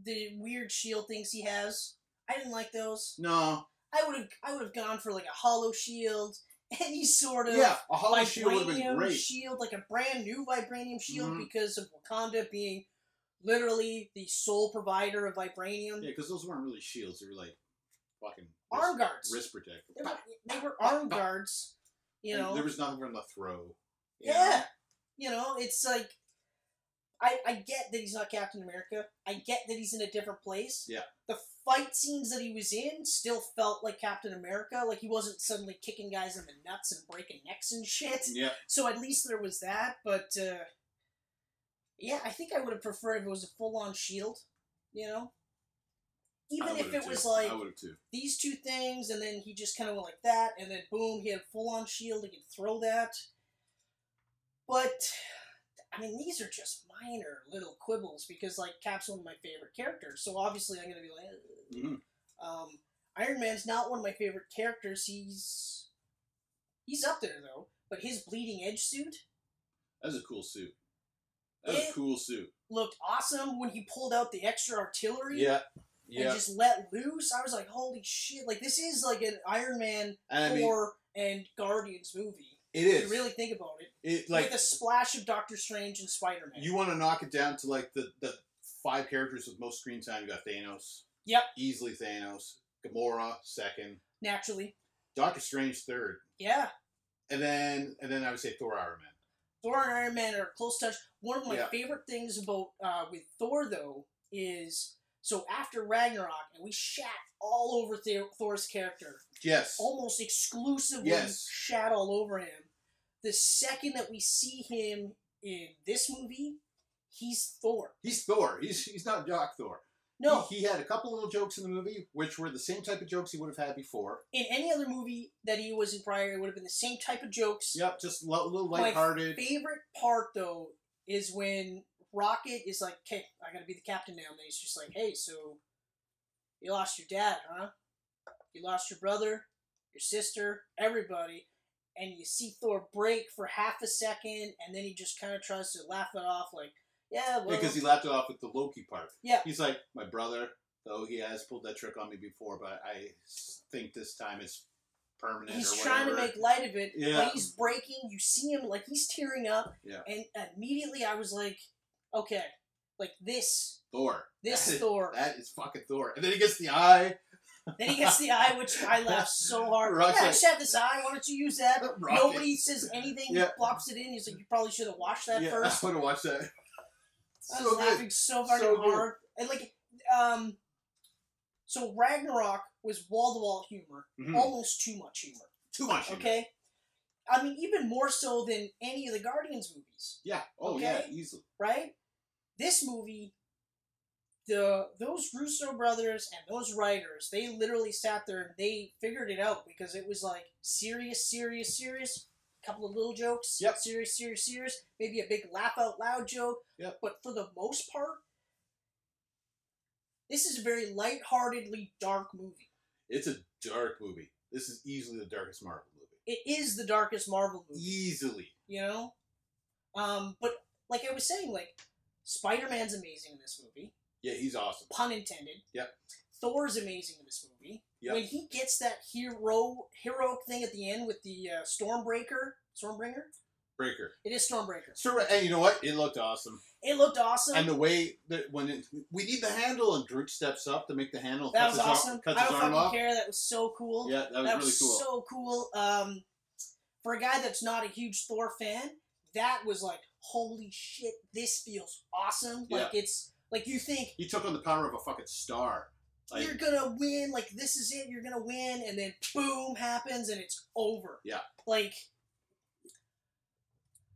B: the weird shield things he has. I didn't like those.
C: No,
B: I would have I would have gone for like a hollow shield, any sort of
C: yeah, a hollow shield would have been
B: vibranium
C: great.
B: shield, like a brand new vibranium shield,
C: Mhm.
B: because of Wakanda being literally the sole provider of vibranium
C: Yeah, because those weren't really shields; they were like fucking
B: arm
C: wrist,
B: guards.
C: wrist protector.
B: They, were, they were arm guards, you
C: And
B: know.
C: there was nothing for him to throw.
B: yeah. you know, it's like I I get that he's not Captain America. I get that he's in a different place.
C: Yeah.
B: The fight scenes that he was in still felt like Captain America. Like he wasn't suddenly kicking guys in the nuts and breaking necks and shit.
C: Yeah,
B: So at least there was that, but uh, yeah, I think I would have preferred if it was a full-on shield, you know.
C: I
B: Even if
C: would've
B: it
C: too.
B: was like
C: I would have too.
B: these two things, and then he just kind of went like that, and then boom, he had a full-on shield. He could throw that. But I mean, these are just minor little quibbles because like Cap's one of my favorite characters, so obviously I'm gonna be like, "Ugh."
C: Mhm.
B: um, Iron Man's not one of my favorite characters. He's he's up there though, but his bleeding edge suit
C: That was a cool suit. That was
B: It-
C: a cool suit.
B: looked awesome when he pulled out the extra artillery
C: Yeah,
B: and
C: yeah.
B: just let loose. I was like, holy shit! Like this is like an Iron Man
C: And I mean,
B: Thor and Guardians movie.
C: it
B: If
C: is
B: you really think about it,
C: It like
B: with a splash of Doctor Strange and Spider Man.
C: you want to knock it down to like the the five characters with most screen time. You got Thanos.
B: Yep.
C: Easily Thanos. Gamora second.
B: naturally,
C: Doctor Strange third.
B: yeah.
C: And then and then I would say Thor Iron Man.
B: Thor and Iron Man are a close touch. One of my
C: Yeah.
B: favorite things about uh, with Thor though is so after Ragnarok, and we shat all over Thor- Thor's character,
C: Yes.
B: almost exclusively
C: Yes.
B: shat all over him. The second that we see him in this movie, he's Thor.
C: He's Thor. He's he's not Doc Thor.
B: No,
C: He, he had a couple little jokes in the movie, which were the same type of jokes he would have had before.
B: in any other movie that he was in prior, it would have been the same type of jokes.
C: Yep. Just lo- little
B: My
C: lighthearted.
B: favorite part though is when Rocket is like, "Okay, I gotta be the captain now." And he's just like, "Hey, so you lost your dad, huh? You lost your brother, your sister, everybody." And you see Thor break for half a second, and then he just kind of tries to laugh it off, like, "Yeah, well,
C: Because he laughed it off with the Loki part.
B: Yeah.
C: He's like, my brother, Though he has pulled that trick on me before, but I s- think this time it's permanent.
B: He's
C: or
B: trying to
C: whatever.
B: make light of it.
C: Yeah.
B: But he's breaking. You see him like he's tearing up.
C: Yeah.
B: And immediately I was like, okay, like this,
C: Thor.
B: this
C: That is-
B: Thor.
C: That is fucking Thor. And then he gets the eye.
B: then he gets the eye, which I laugh so hard.
C: Rock's
B: yeah, I
C: like-
B: just have this eye. Why don't you use that?
C: Rocket.
B: Nobody says anything. He
C: Yeah.
B: plops it in. He's like, you probably should have watched that
C: yeah,
B: first.
C: I want to watch that.
B: I was
C: So good.
B: laughing so hard
C: So
B: and hard. And like, um, so Ragnarok was wall to wall humor,
C: Mhm.
B: almost too much humor.
C: Too much. you know.
B: Okay, I mean even more so than any of the Guardians movies,
C: Yeah. Oh
B: Okay.
C: yeah. Easily.
B: right? This movie, the those Russo brothers and those writers, they literally sat there and they figured it out because it was like serious, serious, serious. Couple of little jokes,
C: Yep.
B: serious, serious, serious. Maybe a big laugh out loud joke,
C: Yep.
B: but for the most part, this is a very lightheartedly dark movie.
C: It's a dark movie. This is easily the darkest Marvel movie.
B: It is the darkest Marvel movie.
C: Easily.
B: you know um but like i was saying like spider-man's amazing in this movie
C: Yeah, he's awesome.
B: pun intended
C: Yep.
B: thor's amazing in this movie
C: Yep.
B: when he gets that hero heroic thing at the end with the uh, stormbreaker stormbringer
C: Breaker.
B: it is stormbreaker
C: Sure. And you know what? It looked awesome.
B: it looked awesome
C: And the way that when it, we need the handle, and Groot steps up to make the handle.
B: that
C: cuts
B: was
C: his arm-
B: awesome
C: cuts
B: i
C: his
B: don't
C: arm
B: fucking
C: off.
B: care that was so cool
C: Yeah, that was
B: that
C: really
B: was
C: cool.
B: so cool um for a guy that's not a huge thor fan that was like holy shit this feels awesome like it's like you think
C: he took on the power of a fucking star. Like,
B: you're gonna win, like this is it, you're gonna win, and then boom happens and it's over.
C: Yeah.
B: Like,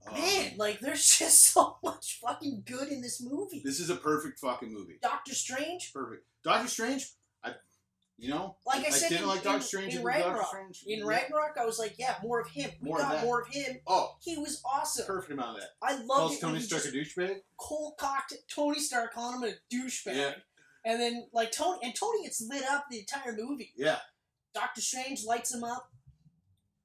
C: oh,
B: man, like there's just so much fucking good in this movie.
C: this is a perfect fucking movie.
B: Doctor Strange
C: Perfect. Doctor Strange. I, you know,
B: Like I said
C: didn't
B: in-
C: like Doctor
B: in-
C: Strange
B: in
C: the Doctor
B: Ragnarok.
C: Strange.
B: in
C: Yeah.
B: Ragnarok, I was like, yeah, more of him. We
C: More of
B: got
C: that.
B: more of him.
C: Oh,
B: He was awesome.
C: perfect amount of that.
B: I loved
C: Calls
B: it when
C: Tony
B: he
C: Stark
B: just
C: a douchebag.
B: cold cocked Tony Stark calling him a douchebag.
C: Yeah.
B: And then like Tony and Tony gets lit up the entire movie.
C: Yeah,
B: Doctor Strange lights him up.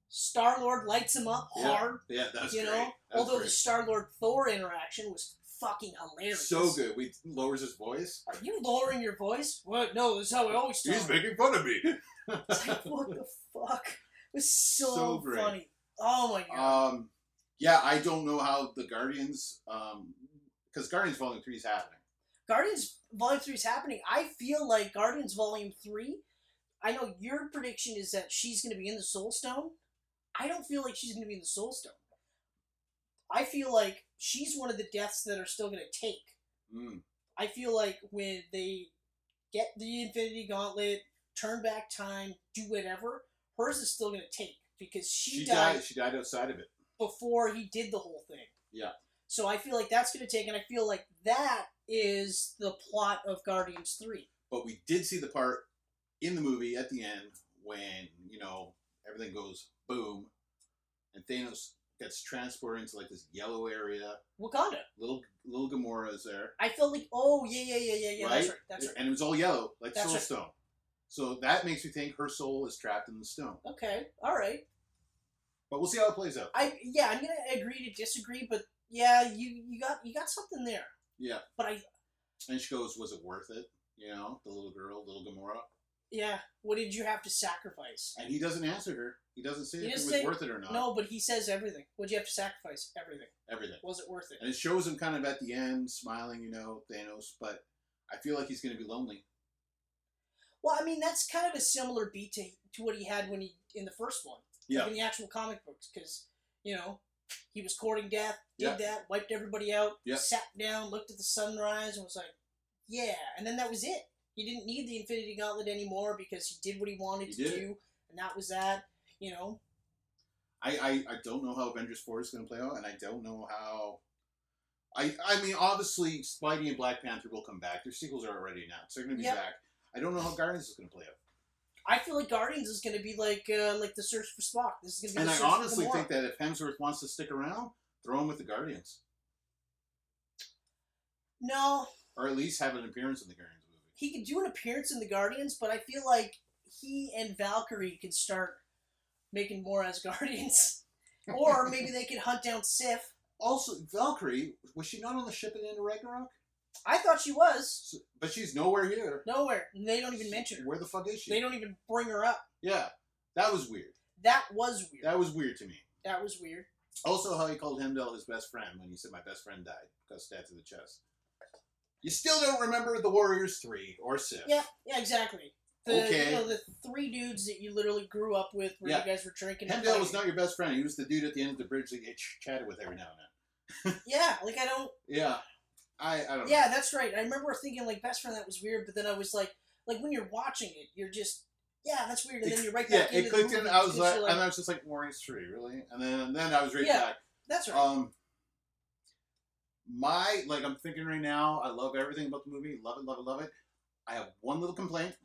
B: Star Lord lights him up
C: Yeah.
B: hard.
C: yeah, that's
B: you
C: great.
B: know,
C: That was
B: although the
C: great.
B: Star Lord Thor interaction was fucking hilarious.
C: so good. We lowers his voice.
B: Are you lowering your voice? What? No, this is how I always talk.
C: He's making fun of me.
B: It's like, what the fuck? It was so,
C: So great.
B: funny. Oh my god.
C: Um, yeah, I don't know how the Guardians, um, because Guardians Volume Three is happening.
B: Guardians Volume Three is happening. I feel like Guardians Volume Three. I know your prediction is that she's going to be in the Soul Stone. I don't feel like she's going to be in the Soul Stone. I feel like she's one of the deaths that are still going to take.
C: Mm.
B: I feel like when they get the Infinity Gauntlet, turn back time, do whatever, hers is still going to take because she,
C: She
B: died,
C: died. She died outside of it.
B: before he did the whole thing.
C: Yeah.
B: So I feel like that's going to take, and I feel like that is the plot of Guardians 3.
C: But we did see the part in the movie at the end when, you know, everything goes boom and Thanos gets transported into like this yellow area.
B: Wakanda.
C: Little little Gamora is there.
B: I felt like, oh, yeah, yeah, yeah, yeah, yeah, that's right,
C: Right?
B: that's right.
C: And it was all yellow, like
B: That's
C: soul
B: right.
C: stone. So that makes me think her soul is trapped in the stone.
B: Okay, all right.
C: But we'll see how it plays out.
B: I yeah, I'm gonna agree to disagree, but yeah, you you got you got something there.
C: Yeah.
B: But I
C: And she goes, Was it worth it? You know, the little girl, little Gamora.
B: yeah, what did you have to sacrifice?
C: And he doesn't answer her. He doesn't say
B: He
C: if it
B: just
C: was
B: said-
C: worth it or not.
B: No, but he says everything. What'd you have to sacrifice? Everything.
C: Everything.
B: Was it worth it?
C: And it shows him kind of at the end, smiling, you know, Thanos, but I feel like he's gonna be lonely.
B: Well, I mean that's kind of a similar beat to to what he had when he in the first one.
C: Yeah.
B: In the actual comic books, because you know he was courting death, did
C: Yeah.
B: that, wiped everybody out,
C: Yeah.
B: sat down, looked at the sunrise, and was like, yeah. And then that was it. He didn't need the Infinity Gauntlet anymore because he did what he wanted
C: He
B: to
C: did it.
B: do, and that was that. You know,
C: I, I, I don't know how Avengers 4 is going to play out, and I don't know how. I, I mean, obviously, Spidey and Black Panther will come back. Their sequels are already announced. They're going to be
B: Yep.
C: back. I don't know how Guardians is going to play out.
B: I feel like Guardians is going to be like uh, like the search for Spock. This is going to be.
C: And
B: the
C: I
B: search
C: honestly
B: for Gamora.
C: think that if Hemsworth wants to stick around, throw him with the Guardians.
B: no,
C: Or at least have an appearance in the Guardians movie.
B: he could do an appearance in the Guardians, but I feel like he and Valkyrie can start making more as Guardians, or maybe they could hunt down Sif.
C: Also, Valkyrie, was she not on the ship at the end of Ragnarok?
B: I thought she was.
C: So- but she's nowhere here.
B: Nowhere. They don't even mention her.
C: Where the fuck is she?
B: They don't even bring her up.
C: yeah, that was weird.
B: That was weird.
C: That was weird to me.
B: That was weird.
C: Also, how he called Hemdall his best friend when he said, "My best friend died," got stabbed to the chest. You still don't remember the Warriors three or Sif.
B: Yeah, yeah, exactly. The,
C: Okay.
B: You know, the three dudes that you literally grew up with where
C: Yeah.
B: you guys were drinking. and
C: Hemdall was
B: fighting.
C: not your best friend. He was the dude at the end of the bridge that you ch- chatted with every now and
B: Yeah, like I don't.
C: then. Yeah, I I don't know.
B: Yeah, that's right. I remember thinking like best friend that was weird, but then I was like, like when you're watching it, you're just yeah, that's weird, and then you're right
C: Yeah,
B: back
C: it
B: into the
C: clicked in.
B: movie.
C: I was
B: because
C: like,
B: you're
C: and I was just like, Warriors three, really? And then and then I was right
B: Yeah.
C: back.
B: that's right.
C: Um, my like I'm thinking right now. I love everything about the movie. Love it, love it, love it. I have one little complaint,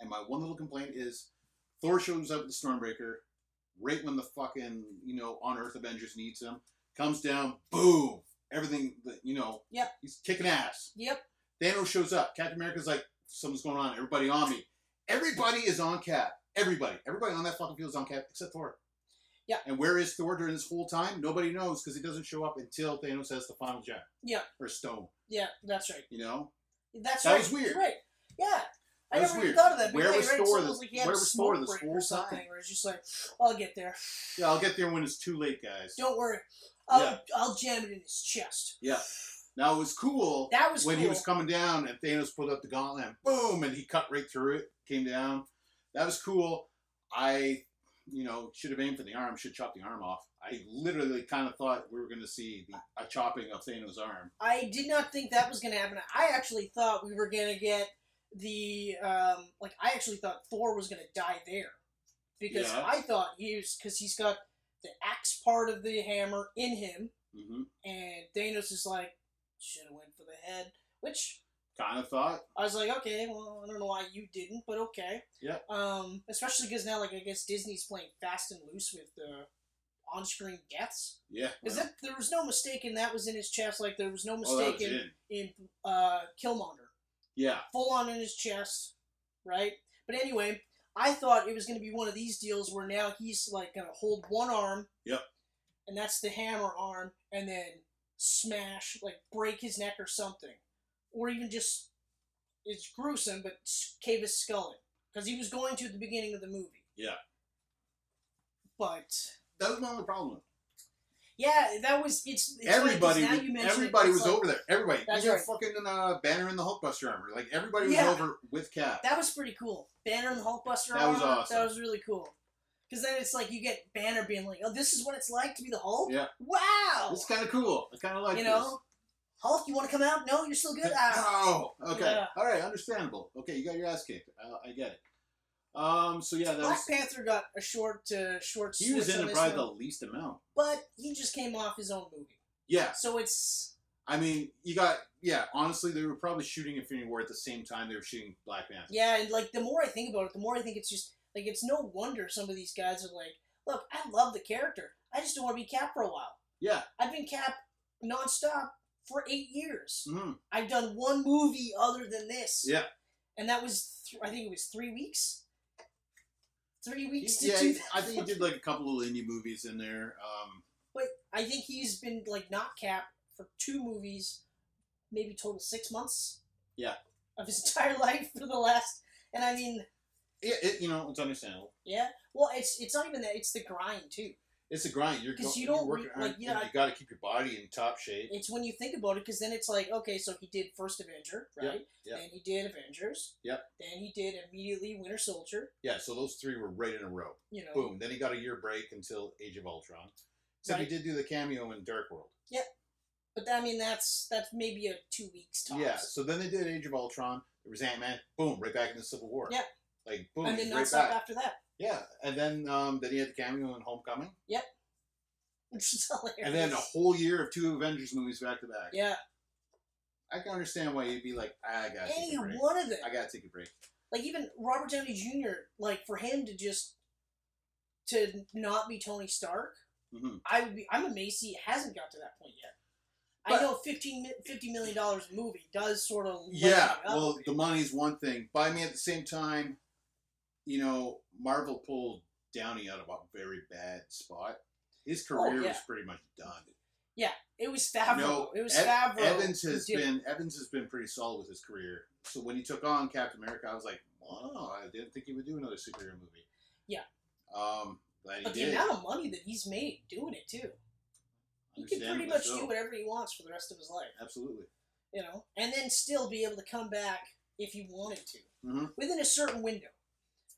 C: and my one little complaint is Thor shows up at the Stormbreaker right when the fucking you know on Earth Avengers needs him. Comes down, boom, everything that you know.
B: Yep.
C: he's kicking ass.
B: yep.
C: Thanos shows up. Captain America's like, something's going on. Everybody on me. Everybody is on Cap. Everybody, everybody on that fucking field is on Cap except Thor.
B: Yeah.
C: And where is Thor during this whole time? Nobody knows because he doesn't show up until Thanos has the final gem.
B: Yeah.
C: Or stone.
B: Yeah, that's right.
C: You know.
B: That's
C: That
B: right.
C: was weird.
B: Right. Yeah. I
C: That was
B: never
C: weird.
B: even thought of that. but
C: Where
B: yeah,
C: was
B: you're
C: Thor
B: right, so it
C: this-
B: was like he had
C: where
B: a
C: was Thor
B: smoke
C: this
B: break
C: whole
B: or
C: time?
B: something Where it's just like, I'll get there.
C: Yeah, I'll get there when it's too late, guys.
B: Don't worry. I'll,
C: Yeah.
B: I'll jam it in his chest.
C: Yeah. Now it was cool
B: That was
C: when
B: cool.
C: he was coming down and Thanos put up the gauntlet, and boom, and he cut right through it, came down. That was cool. I, you know, should have aimed for the arm, should chop the arm off. I literally kind of thought we were going to see the, a chopping of Thanos' arm.
B: I did not think that was going to happen. I actually thought we were going to get the um, like. I actually thought Thor was going to die there because
C: Yeah.
B: I thought he was because he's got the axe part of the hammer in him,
C: hmm
B: and Thanos is like, should have went for the head, which
C: Kind of thought.
B: I was like, okay, well, I don't know why you didn't, but okay.
C: Yeah.
B: Um, especially because now, like, I guess Disney's playing fast and loose with the on-screen deaths.
C: Yeah.
B: Because that there was no mistaken that was in his chest. Like there was no
C: Oh, that was
B: mistaken
C: in.
B: in uh, Killmonger,
C: Yeah.
B: full on in his chest, right? But anyway, I thought it was going to be one of these deals where now he's like going to hold one arm.
C: Yep.
B: And that's the hammer arm, and then smash, like break his neck or something, or even just it's gruesome, but s- cave his skull in because he was going to at the beginning of the movie.
C: Yeah.
B: But
C: That was my only problem.
B: yeah, that was it's. it's funny 'cause
C: everybody,
B: now you mention it,
C: everybody
B: it's
C: was
B: like-
C: over there. Everybody,
B: That's
C: you got
B: right.
C: fucking uh, Banner in the Hulkbuster armor. Like everybody was
B: Yeah.
C: over with Cap.
B: That was pretty cool. Banner and the Hulkbuster.
C: That was
B: armor,
C: awesome.
B: That was really cool. Because then it's like you get Banner being like, "Oh, this is what it's like to be the Hulk."
C: Yeah.
B: Wow.
C: It's kind of cool. I kind of like
B: you know, Hulk, you want to come out? No, you're still
C: this.
B: good. Ah.
C: Oh, okay,
B: Yeah.
C: all right, understandable. Okay, you got your ass kicked. I, I get it. Um, so yeah, that
B: Black
C: was,
B: Panther got a short, uh, short.
C: he was
B: switch
C: in
B: on
C: it
B: this
C: probably
B: one,
C: the least amount.
B: but he just came off his own movie,
C: Yeah,
B: so it's
C: I mean, you got yeah. Honestly, they were probably shooting Infinity War at the same time they were shooting Black Panther.
B: yeah. And like the more I think about it, the more I think it's just like it's no wonder some of these guys are like, "Look, I love the character. I just don't want to be Cap for a while.
C: Yeah.
B: I've been Cap nonstop for eight years."
C: Mhm.
B: I've done one movie other than this.
C: Yeah.
B: And that was, th- I think it was three weeks. Three weeks to
C: Yeah,
B: do
C: he-
B: that.
C: I think he did like a couple of indie movies in there. Um,
B: But I think he's been like not cap for two movies, maybe total six months.
C: Yeah.
B: Of his entire life for the last, and I mean,
C: it, it, you know, it's understandable.
B: yeah. Well, it's it's not even that. It's the grind too.
C: It's a grind. You're
B: 'Cause
C: go-
B: you don't
C: you're working
B: re-
C: hard,
B: like, yeah,
C: and
B: I-
C: you got to keep your body in top shape.
B: It's when you think about it, because then it's like, okay, so he did first Avenger, right?
C: yeah.
B: Then he did Avengers.
C: Yep.
B: Then he did immediately Winter Soldier.
C: Yeah, so those three were right in a row.
B: You know.
C: Boom. Then he got a year break until Age of Ultron. Except
B: Right.
C: he did do the cameo in Dark World.
B: But I mean, that's that's maybe a two weeks tops.
C: Yeah. So then they did Age of Ultron. There was Ant Man. Boom. Right back in the Civil War.
B: Yeah.
C: Like boom.
B: and then
C: he's
B: not
C: right
B: stop
C: back.
B: after that,
C: Yeah. And then um, then he had the cameo in Homecoming.
B: which is hilarious.
C: And then a whole year of two Avengers movies back to back.
B: yeah,
C: I can understand why you'd be like, I gotta
B: any
C: take a break.
B: one of them,
C: I gotta take a break.
B: like even Robert Downey Jr., like for him to just to not be Tony Stark,
C: hmm
B: I would be. I'm amazed he hasn't got to that point yet.
C: But-
B: I know 15, mi- 50 million dollars a movie does sort of lighten it
C: Yeah,
B: up a
C: well,
B: bit.
C: the money's one thing. But I mean, at the same time, you know, Marvel pulled Downey out of a very bad spot. His career
B: Oh, yeah.
C: was pretty much done.
B: It was Favreau.
C: No,
B: it was
C: Ev-
B: Favreau.
C: Evans
B: who
C: has
B: did it.
C: been Evans has been pretty solid with his career. So when he took on Captain America, I was like, wow, I didn't think he would do another superhero movie.
B: Yeah.
C: Um, but he
B: But the
C: did.
B: amount of money that he's made doing it too, he can pretty
C: Understandably
B: much
C: so.
B: do whatever he wants for the rest of his life,
C: Absolutely.
B: you know, and then still be able to come back if he wanted to
C: Mhm.
B: within a certain window.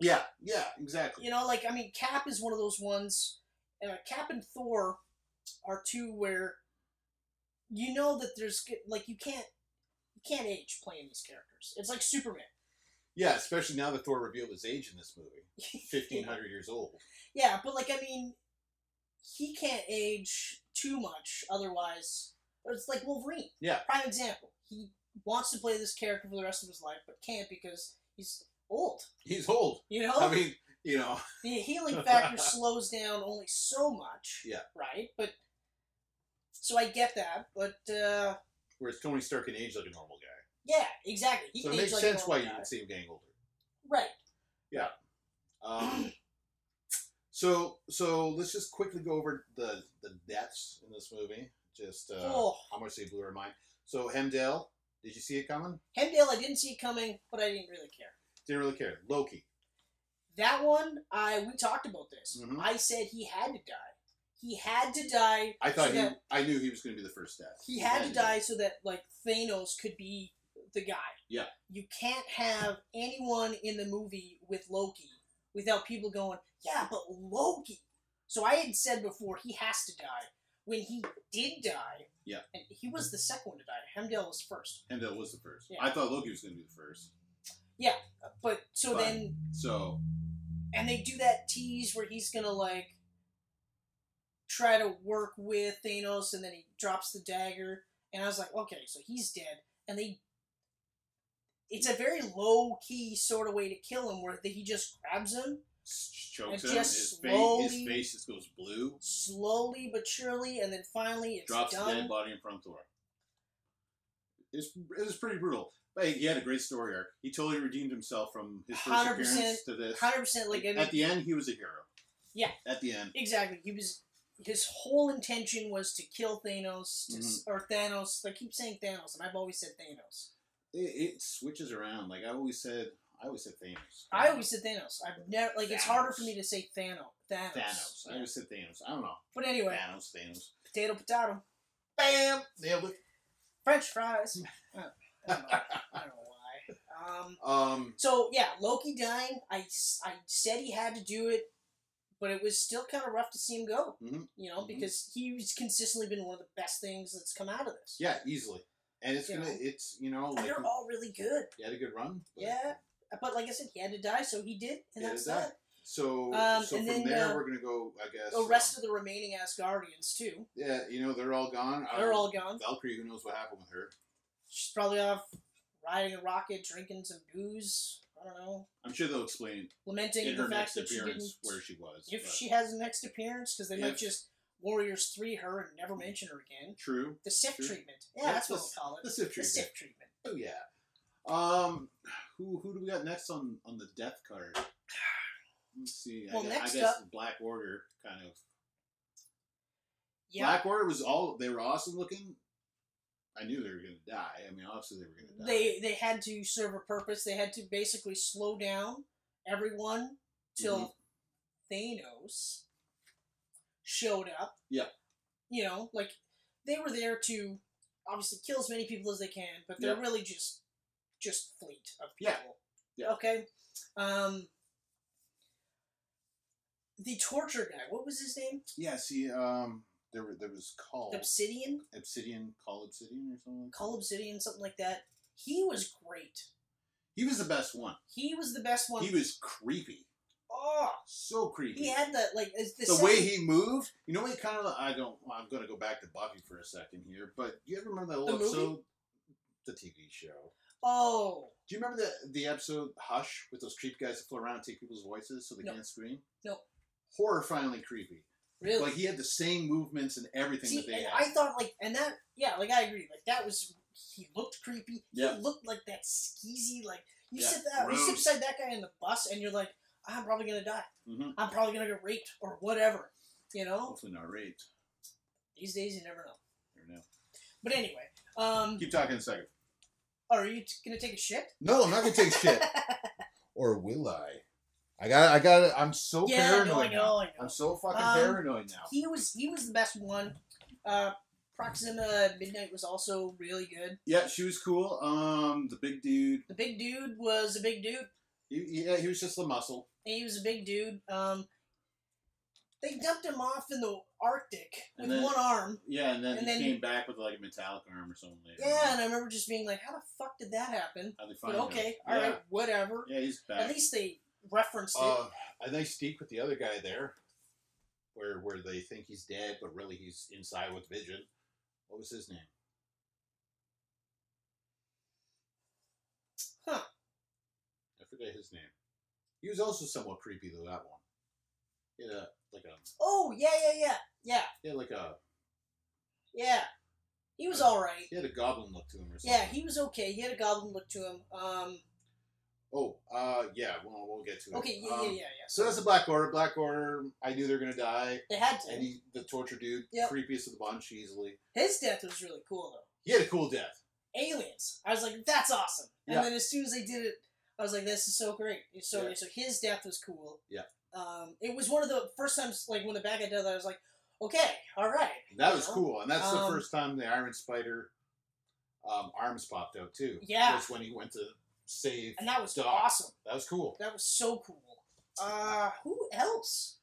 C: Yeah. Yeah. Exactly.
B: You know, like I mean, Cap is one of those ones. Uh, Cap and Thor are two where you know that there's g- like you can't you can't age playing these characters. It's like Superman.
C: Yeah. Especially now that Thor revealed his age in this movie, fifteen hundred years old.
B: Yeah, but like I mean, he can't age too much. Otherwise, it's like Wolverine.
C: Yeah.
B: Prime example. He wants to play this character for the rest of his life, but can't because he's old.
C: He's old.
B: You know.
C: I mean, you know.
B: the healing factor slows down only so much.
C: Yeah.
B: Right. But so I get that, but uh,
C: Whereas Tony Stark can age like a normal guy,
B: yeah, exactly. He
C: so
B: can
C: it
B: age
C: makes
B: like a
C: sense why
B: normal
C: you
B: guy.
C: would see him getting older.
B: Right.
C: Um, so so let's just quickly go over the the deaths in this movie. Just uh,
B: oh,
C: how much they blew our mind. So Hemdale, did you see it coming?
B: Hemdale, I didn't see it coming, but I didn't really care.
C: Didn't really care. Loki.
B: That one, I we talked about this.
C: Mhm.
B: I said he had to die. He had to die.
C: I thought
B: so
C: he,
B: that
C: I knew he was going to be the first death.
B: he had to die so that like Thanos could be the guy.
C: Yeah.
B: You can't have anyone in the movie with Loki without people going, yeah, but Loki. So I had said before he has to die. When he did die,
C: Yeah.
B: and he was the second one to die. Hemdale was first.
C: Hemdale was the first.
B: Yeah.
C: I thought Loki was going to be the first.
B: But so
C: Fine.
B: then
C: So
B: and they do that tease where he's gonna like try to work with Thanos, and then he drops the dagger, and I was like, okay, so he's dead, and they. It's a very low key sort of way to kill him, where he just grabs him
C: s- chokes
B: And
C: him.
B: just
C: His face,
B: slowly-
C: his face just goes blue.
B: slowly but surely, and then finally it's
C: Drops the
B: done.
C: dead body in front of Thor. It's it was pretty brutal. But he had a great story arc. He totally redeemed himself from his first
B: 100%,
C: appearance to this.
B: Hundred percent, like I mean,
C: at the end, he was a hero.
B: Yeah.
C: At the end,
B: exactly. He was his whole intention was to kill Thanos,
C: Mm-hmm.
B: to, s or Thanos. I keep saying Thanos, and I've always said Thanos.
C: it, it switches around. Like I always said, I always said Thanos.
B: I always said Thanos. I've never like it's harder
C: Thanos.
B: for me to say Thanos. Thanos.
C: Thanos. I
B: Yeah.
C: always said Thanos. I don't know.
B: But anyway,
C: Thanos. Thanos.
B: potato potato,
C: Bam. Nailed it.
B: French fries. I don't, I don't know. I don't know why. Um,
C: Um.
B: so yeah, Loki dying. I s- I said he had to do it, but it was still kind of rough to see him go.
C: Mhm.
B: You know,
C: Mhm.
B: because he's consistently been one of the best things that's come out of this.
C: Yeah. Easily. And it's
B: You
C: gonna.
B: know.
C: It's you know.
B: and
C: Like,
B: they're all really good.
C: he had a good run. but-
B: Yeah, but like I said, he had to die, so he did,
C: He
B: and
C: had to
B: that's
C: die.
B: that.
C: So
B: Um,
C: so
B: and
C: from
B: then,
C: there
B: uh,
C: we're gonna go. I guess.
B: The rest
C: um,
B: of the remaining Asgardians too.
C: yeah. You know they're all gone.
B: They're
C: Um,
B: all gone.
C: Valkyrie. Who knows what happened with her?
B: She's probably off riding a rocket, drinking some booze. I don't know,
C: I'm sure they'll explain
B: lamenting
C: in
B: the
C: her
B: fact
C: next
B: that she didn't.
C: appearance where she was.
B: if
C: but-
B: she has a next appearance, because they might
C: If-
B: just Warriors three her and never mention her again.
C: True.
B: The Sif
C: True.
B: treatment. Yeah,
C: Yeah,
B: that's
C: the
B: what we'll
C: s-
B: call it.
C: The Sif
B: The
C: treatment.
B: Sif treatment.
C: Oh yeah. Um, who who do we got next on on the death card? Let's see.
B: Well,
C: I, guess,
B: next
C: I guess Black Order kind of.
B: Yeah,
C: Black Order was all they were awesome looking. I knew they were going to die. I mean, obviously they were going to die.
B: they they had to serve a purpose. They had to basically slow down everyone
C: Mm-hmm.
B: till Thanos showed up.
C: Yeah.
B: You know, like they were there to obviously kill as many people as they can, but they're
C: Yeah.
B: really just just fleet of people.
C: Yeah. Yeah.
B: Okay. Um the torture guy, what was his name?
C: yeah. See, um, there were there was call
B: Obsidian?
C: Obsidian, call Obsidian or something. Like that.
B: Call Obsidian, something like that. He was great.
C: He was the best one.
B: He was the best one.
C: He was creepy,
B: oh,
C: so creepy.
B: He had that like it's the,
C: the
B: second-
C: way he moved, you know, he kind of. I don't. well, I'm going to go back to Buffy for a second here, but you ever remember that old
B: The movie?
C: episode, the TV show?
B: Oh
C: Do you remember the the episode Hush with those creep guys that flew around and take people's voices so they
B: No.
C: can't scream?
B: No.
C: Horrifyingly creepy.
B: really?
C: Like he had the same movements and everything
B: See,
C: that they
B: and
C: had.
B: I thought like and that yeah like I agree like that was he looked creepy.
C: Yeah.
B: He looked like that skeezy like you
C: Yeah,
B: sit that you sit
C: gross.
B: beside that guy in the bus and you're like I'm probably gonna die.
C: Mhm.
B: I'm probably gonna get raped or whatever. You know
C: Hopefully not raped.
B: these days you never know.
C: now.
B: But anyway, um,
C: Keep talking a second.
B: are you t- gonna take a shit?
C: No, I'm not gonna take shit. Or will I? I got. I got. I'm so
B: yeah,
C: paranoid.
B: no, I
C: now.
B: know, I know.
C: I'm so fucking
B: Um,
C: paranoid now.
B: He was he was the best one. Uh, Proxima Midnight was also really good.
C: Yeah, she was cool. Um, the big dude.
B: The big dude was a big dude.
C: He, yeah, he was just the muscle.
B: He was a big dude. Um, they dumped him off in the Arctic with
C: And then-
B: one arm.
C: Yeah, and then he
B: And then-
C: came back with like a metallic arm or something later.
B: Yeah, and I remember just being like, "How the fuck did that happen?"
C: How they find
B: But okay,
C: him.
B: all
C: yeah.
B: right, whatever.
C: Yeah, he's back.
B: At least they referenced
C: Uh,
B: it.
C: I think Steve with the other guy there, where where they think he's dead, but really he's inside with Vision. What was his name?
B: Huh.
C: I forget his name. He was also somewhat creepy though. That one. He had a like a
B: Oh yeah, yeah, yeah, yeah,
C: he had like a
B: yeah. He was all right.
C: he had a goblin look to him or something.
B: Yeah, he was okay. He had a goblin look to him. Um,
C: oh, uh, yeah. Well, we'll get to it.
B: okay, yeah,
C: Um,
B: yeah, yeah, yeah.
C: So that's the Black Order. Black Order. I knew they were gonna die.
B: They had
C: And
B: to.
C: he, the torture dude,
B: Yep.
C: creepiest of the bunch, easily.
B: His death was really cool though.
C: He had a cool death.
B: aliens. I was like, that's awesome. And
C: Yeah.
B: then as soon as they did it, I was like, this is so great. It's So
C: Yeah.
B: so his death was cool.
C: Yeah.
B: Um, it was one of the first times like when the bad guy did that, I was like, okay, all right.
C: That
B: you
C: was
B: know?
C: cool, and that's the
B: Um,
C: first time the Iron Spider um, arms popped out too.
B: Yeah.
C: was when he went to save.
B: And that was
C: Doc.
B: awesome.
C: That was cool.
B: That was so cool. Uh, who else?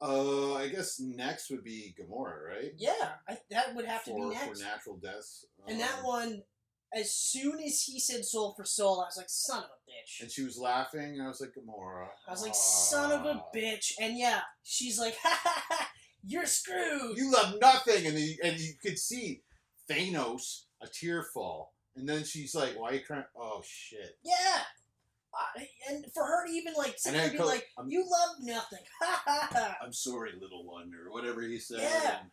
C: Uh, I guess next would be Gamora, right?
B: Yeah, I, that would have
C: for,
B: to be next.
C: for natural deaths.
B: and that
C: Um,
B: one, as soon as he said soul for soul, I was like, son of a bitch.
C: And she was laughing, and I was like, Gamora.
B: I was like, son of a
C: ah,
B: bitch. And yeah, she's like, ha ha ha, you're screwed.
C: You love nothing, and the, and you could see Thanos a tear fall, and then she's like, "Why are you crying?" Oh shit.
B: Yeah. I, and for her to even like sit
C: And
B: there
C: then
B: and be
C: co-
B: like,
C: I'm-
B: you love nothing. Ha ha ha.
C: I'm sorry, little one, or whatever he said.
B: Yeah.
C: and-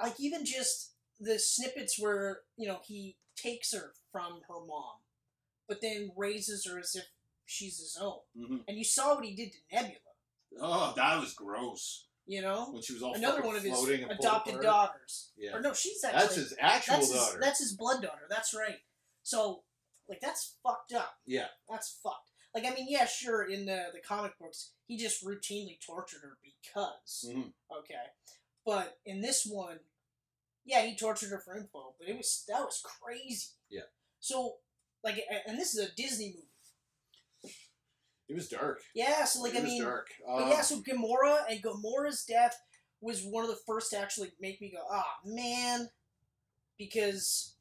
B: Like even just the snippets where, you know, he takes her from her mom, but then raises her as if she's his own.
C: Mhm.
B: And you saw what he did to Nebula,
C: Oh, that was gross.
B: you know?
C: When she was all
B: Another
C: fucking
B: one of his
C: floating and pulled
B: adopted
C: apart.
B: daughters.
C: Yeah.
B: Or no, she's actually
C: That's his actual
B: that's his,
C: daughter.
B: that's his blood daughter, that's right. So like that's fucked up.
C: yeah.
B: That's fucked. Like, I mean, yeah, sure, in the, the comic books, he just routinely tortured her because.
C: Mhm.
B: Okay. But in this one, yeah, he tortured her for info, but it was that was crazy.
C: Yeah.
B: So, like, a- and this is a Disney movie.
C: It was dark.
B: Yeah, so, like,
C: it
B: I
C: was
B: mean,
C: dark.
B: but
C: Um,
B: yeah, so Gamora and Gamora's death was one of the first to actually make me go, ah, man. Because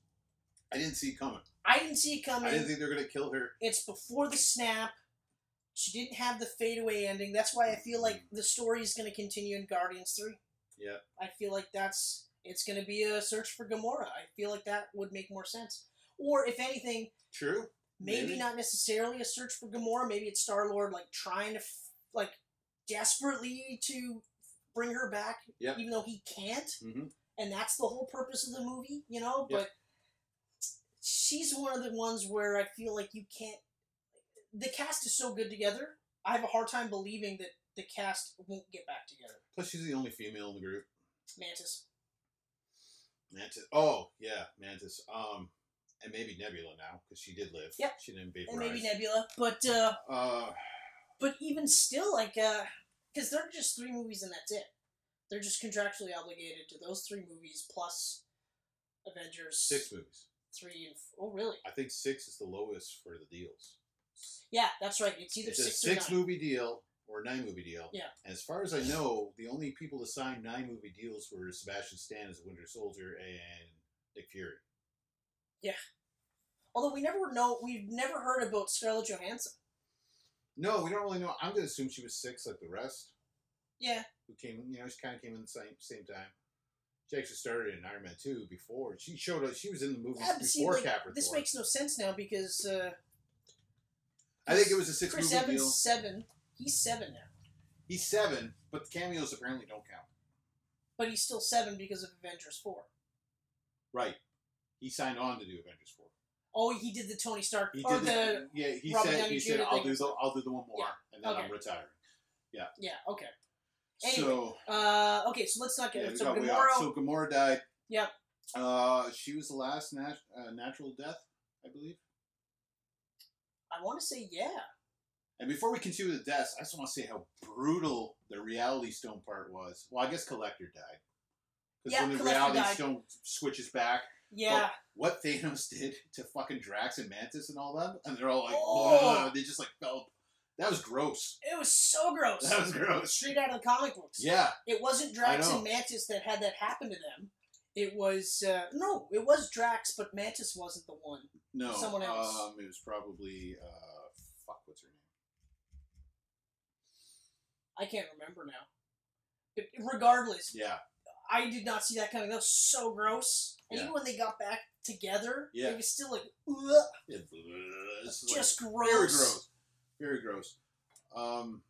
C: I didn't see it coming.
B: I didn't see it
C: I
B: coming.
C: didn't think they were gonna kill her.
B: It's before the snap. She didn't have the fadeaway ending. That's why I feel like the story is going to continue in Guardians 3.
C: Yeah.
B: I feel like that's. It's going to be a search for Gamora. I feel like that would make more sense. Or, if anything,
C: True.
B: maybe,
C: Maybe.
B: not necessarily a search for Gamora. Maybe it's Star Lord, like, trying to, f- like, desperately to bring her back,
C: Yeah.
B: even though he can't.
C: Mhm.
B: And that's the whole purpose of the movie, you know?
C: Yeah.
B: But she's one of the ones where I feel like you can't. The cast is so good together. I have a hard time believing that the cast won't get back together.
C: Plus, she's the only female in the group.
B: Mantis.
C: Mantis. Oh yeah, Mantis. Um, and maybe Nebula now because she did live.
B: Yeah.
C: She didn't vaporize.
B: And maybe Nebula. But, uh,
C: Uh,
B: but even still, like, uh, because they're just three movies and that's it. They're just contractually obligated to those three movies plus Avengers
C: six movies.
B: three and f- oh really?
C: I think six is the lowest for the deals.
B: Yeah, that's right. It's either
C: it's a
B: six,
C: six
B: or nine.
C: movie deal or a nine movie deal.
B: Yeah.
C: And as far as I know, the only people to sign nine movie deals were Sebastian Stan as Winter Soldier and Nick Fury.
B: Although we never know, we've never heard about Scarlett Johansson.
C: No, we don't really know. I'm gonna assume she was six like the rest.
B: Yeah.
C: Who came you know, she kinda came in the same same time. She actually started in Iron Man two before she showed up she was in the movies
B: Yeah, but see,
C: before
B: like,
C: Capper
B: this
C: Thor.
B: makes no sense now because uh,
C: I think it was a six
B: Chris
C: movie
B: Evans
C: deal.
B: seven. He's seven now,
C: He's seven, but the cameos apparently don't count.
B: but he's still seven because of Avengers four.
C: Right. He signed on to do Avengers four.
B: Oh, he did the Tony Stark
C: He
B: or
C: did
B: the
C: the, yeah, he
B: Robert
C: said
B: Downey
C: he
B: Jr.
C: said I'll
B: thing.
C: do the I'll do the one more and then I'm
B: Okay.
C: retiring.
B: yeah okay
C: So
B: uh okay so let's not get
C: yeah, we
B: so
C: got way
B: Gamora
C: off. So Gamora died.
B: Yep.
C: Uh, she was the last nat- uh, natural death, I believe.
B: I want to say yeah.
C: Oh. And before we continue with the deaths, I just want to say how brutal the Reality Stone part was. Well, I guess Collector died. Because
B: Yeah,
C: when the
B: Collector
C: Reality
B: died.
C: Stone switches back,
B: Yeah.
C: what Thanos did to fucking Drax and Mantis and all them, and they're all like,
B: Oh.
C: "Ugh," they just like fell. That was gross.
B: It was so gross.
C: That was gross.
B: Straight out of the comic books.
C: Yeah,
B: It wasn't
C: I
B: Drax
C: know.
B: and Mantis that had that happen to them. It was uh, no, it was Drax, but Mantis wasn't the one.
C: no.
B: Someone else.
C: Um, it was probably uh, fuck. What's her name?
B: I can't remember now. But regardless,
C: Yeah,
B: I did not see that coming. That was so gross. And
C: Yeah.
B: even when they got back together,
C: Yeah.
B: it was still like, ugh,
C: it was like,
B: just gross.
C: very gross. Very gross. Um.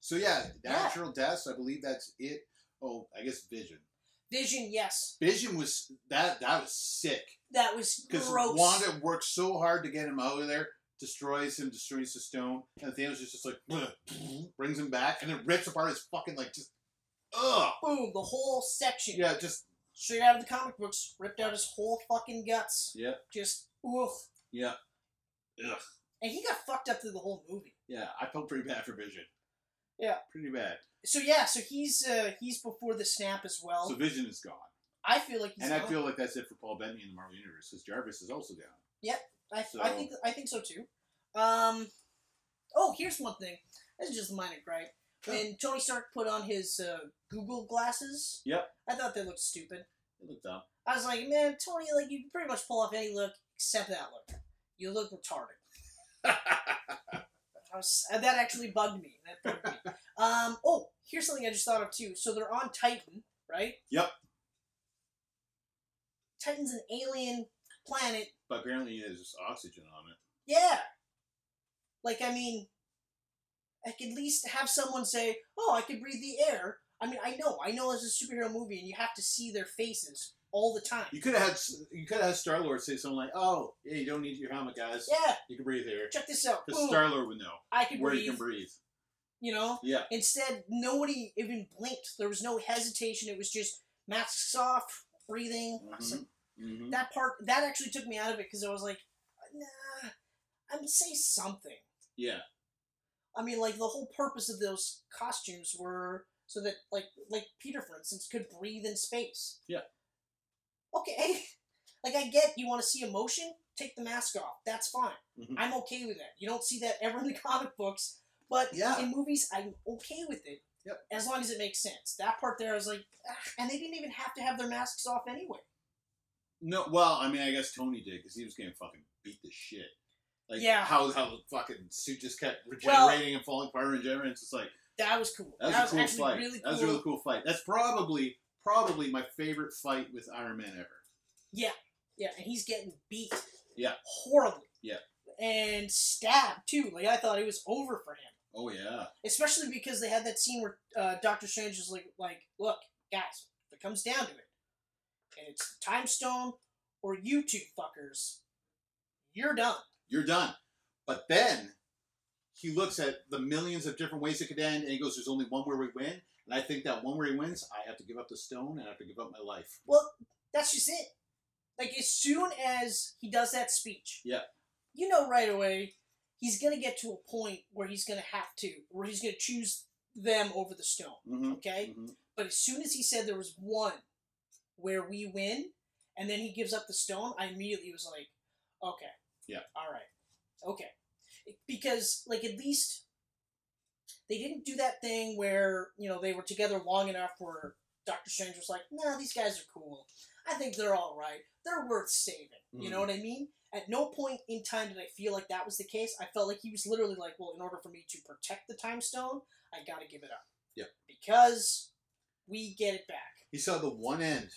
C: So yeah,
B: Yeah.
C: natural deaths. I believe that's it. Oh, I guess Vision.
B: Vision, yes,
C: Vision was that that was sick
B: that was
C: because
B: gross.
C: Wanda worked so hard to get him out of there, destroys him, destroys the stone, and Thanos is just like brings him back and then rips apart his fucking like just ugh
B: Boom, the whole section.
C: yeah just
B: Straight out of the comic books, ripped out his whole fucking guts.
C: Yeah.
B: Just, ugh.
C: yeah
B: And he got fucked up through the whole movie.
C: yeah I felt pretty bad for Vision.
B: Yeah.
C: pretty bad.
B: So yeah, so he's uh, he's before the snap as well.
C: So Vision is gone,
B: I feel like he's
C: and I
B: gone.
C: feel like that's it for Paul Bettany in the Marvel universe because Jarvis is also gone.
B: I,
C: so-
B: I think I think so too. Um, oh, here's one thing. This is just a minor gripe.
C: Yeah.
B: When Tony Stark put on his uh, Google glasses,
C: Yep.
B: I thought they looked stupid.
C: It looked dumb.
B: I was like, man, Tony, like you can pretty much pull off any look except that look. You look retarded. I was, uh, that actually bugged me. That bugged me. Um, oh, here's something I just thought of too. So they're on Titan, right?
C: Yep.
B: Titan's an alien planet.
C: but apparently there's just oxygen on it.
B: Yeah. Like I mean, I could at least have someone say, "Oh, I could breathe the air." I mean, I know, I know, it's a superhero movie, and you have to see their faces all the time.
C: You could have had s- you could have had Star Lord say something like, "Oh, yeah, you don't need your helmet, guys.
B: Yeah.
C: You can breathe here."
B: Check this out.
C: Because
B: Boom.
C: Star Lord would know
B: I can
C: where
B: breathe.
C: you can breathe.
B: You know.
C: Yeah,
B: Instead, nobody even blinked. There was no hesitation. It was just masks off, breathing. I was like,
C: hmm
B: that part that actually took me out of it because I was like, nah, I'm say something.
C: yeah,
B: I mean, like the whole purpose of those costumes were so that, like, like Peter, for instance, could breathe in space.
C: Yeah.
B: Okay. Like I get you want to see emotion, take the mask off. That's fine.
C: Mhm.
B: I'm okay with that. You don't see that ever in the comic books, but
C: Yeah.
B: in movies, I'm okay with it.
C: Yep.
B: As long as it makes sense. That part there, I was like, ah, and they didn't even have to have their masks off anyway.
C: No, well, I mean, I guess Tony did because he was getting fucking beat the shit. Like,
B: Yeah.
C: how how the fucking suit just kept
B: Well-
C: regenerating and falling apart, and regenerating. It's just like
B: That was cool.
C: that was a cool
B: actually
C: fight.
B: really
C: That
B: cool.
C: was a really cool fight. That's probably probably my favorite fight with Iron Man ever.
B: Yeah, and he's getting beat.
C: Yeah.
B: Horribly.
C: Yeah.
B: And stabbed too. Like I thought it was over for him,
C: Oh yeah,
B: especially because they had that scene where uh, Doctor Strange is like, like, look, guys, if it comes down to it, and it's the Time Stone or you two fuckers, you're done.
C: you're done. But then he looks at the millions of different ways it could end, and he goes, "There's only one where we win." And I think that one where he wins, I have to give up the stone, and I have to give up my life.
B: Well, that's just it. Like as soon as he does that speech,
C: Yeah.
B: you know right away he's gonna get to a point where he's gonna have to, where he's gonna choose them over the stone.
C: Mm-hmm.
B: Okay. But as soon as he said there was one where we win, and then he gives up the stone, I immediately was like, okay.
C: Yeah.
B: All right. Okay. Because, like, at least they didn't do that thing where, you know, they were together long enough where Doctor Strange was like, nah, these guys are cool. I think they're all right. They're worth saving. You know
C: Mhm.
B: what I mean? At no point in time did I feel like that was the case. I felt like he was literally like, well, in order for me to protect the time stone, I gotta give it up.
C: Yeah.
B: Because we get it back.
C: He saw the one end,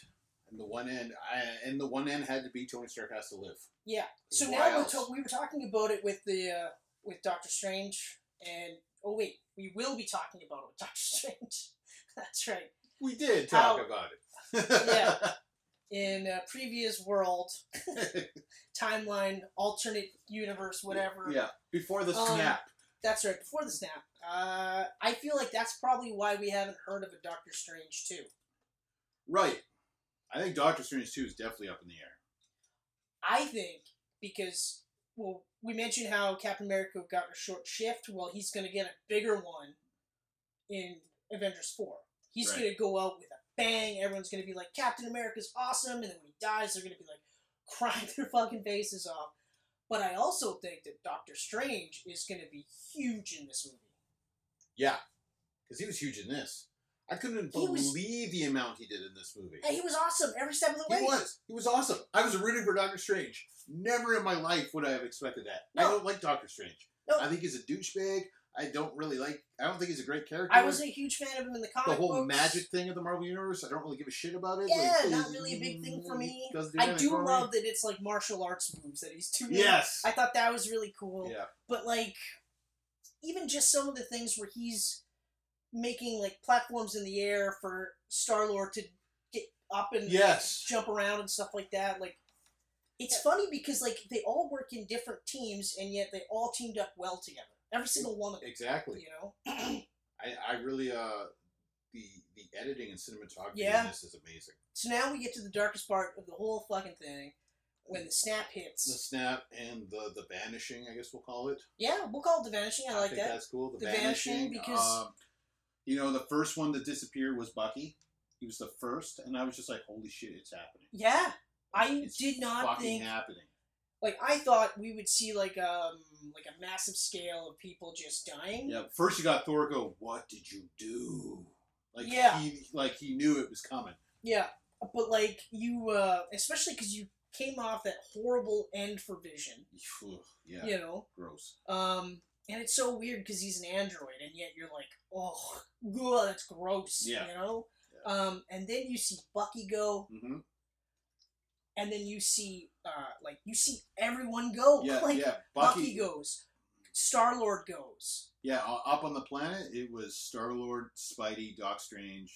C: and the one end, I, and the one end had to be Tony Stark has to live.
B: Yeah. So
C: Why
B: now we're
C: else?
B: to- we were talking about it with the uh, with Doctor Strange, and oh wait, we will be talking about it with Doctor Strange. That's right.
C: We did talk
B: talk How-
C: about it.
B: In a previous world, timeline, alternate universe, whatever.
C: Yeah, before the
B: Um,
C: snap.
B: That's right. Before the snap, uh, I feel like that's probably why we haven't heard of a Doctor Strange too.
C: Right. I think Doctor Strange two is definitely up in the air.
B: I think because well, we mentioned how Captain America got a short shift. Well, he's going to get a bigger one in Avengers four. He's
C: Right.
B: going to go out with a bang. Everyone's going to be like, Captain America's awesome, and then when he dies, they're going to be like crying their fucking faces off. But I also think that Doctor Strange is going to be huge in this movie.
C: Yeah, because he was huge in this. I couldn't
B: He was-
C: believe the amount he did in this movie.
B: And he was awesome every step of the way.
C: He was. He was awesome. I was rooting for Doctor Strange. Never in my life would I have expected that. I
B: No.
C: don't like Doctor Strange.
B: No.
C: I think he's a douchebag. I don't really like. I don't think he's a great character.
B: I wasn't a huge fan of him in the
C: the
B: comic
C: whole
B: books.
C: magic thing of the Marvel Universe. I don't really give a shit about it.
B: Yeah,
C: Like,
B: not
C: it-
B: really a big thing for me.
C: doesn't
B: I
C: anything
B: do
C: for me.
B: love that it's like martial arts moves that he's doing.
C: Yes.
B: I thought that was really cool.
C: yeah.
B: But like, even just some of the things where he's making like platforms in the air for Star Lord to get up and
C: Yes.
B: jump around and stuff like that. Like, it's funny because like they all work in different teams and yet they all teamed up well together. Every single one of them.
C: Exactly.
B: You know.
C: I, I really uh the the editing and cinematography
B: Yeah.
C: in this is amazing.
B: So now we get to the darkest part of the whole fucking thing when the snap hits.
C: The snap and the the vanishing, I guess we'll call it.
B: Yeah, we'll call it the vanishing. I like
C: think
B: that.
C: That's cool. The,
B: The
C: vanishing,
B: Vanishing, because-
C: um, you know the first one that disappeared was Bucky. He was the first, and I was just like, "Holy shit, it's happening!"
B: Yeah, I
C: It's
B: did not
C: fucking
B: think.
C: happening.
B: Like I thought we would see like um like a massive scale of people just dying.
C: Yeah. First, you got Thor go, "What did you do?" Like
B: Yeah.
C: he like he knew it was coming.
B: Yeah, but like you, uh especially because you came off that horrible end for Vision.
C: Phew, yeah,
B: You know,
C: Gross.
B: um, and it's so weird because he's an android, and yet you're like, oh, ugh, that's gross.
C: Yeah.
B: You know. Um, and then you see Bucky go,
C: hmm
B: and then you see, uh, like you see everyone go.
C: Yeah.
B: Oh, like,
C: yeah.
B: Bucky, goes. Star Lord goes.
C: Yeah, uh, up on the planet, it was Star Lord, Spidey, Doc Strange.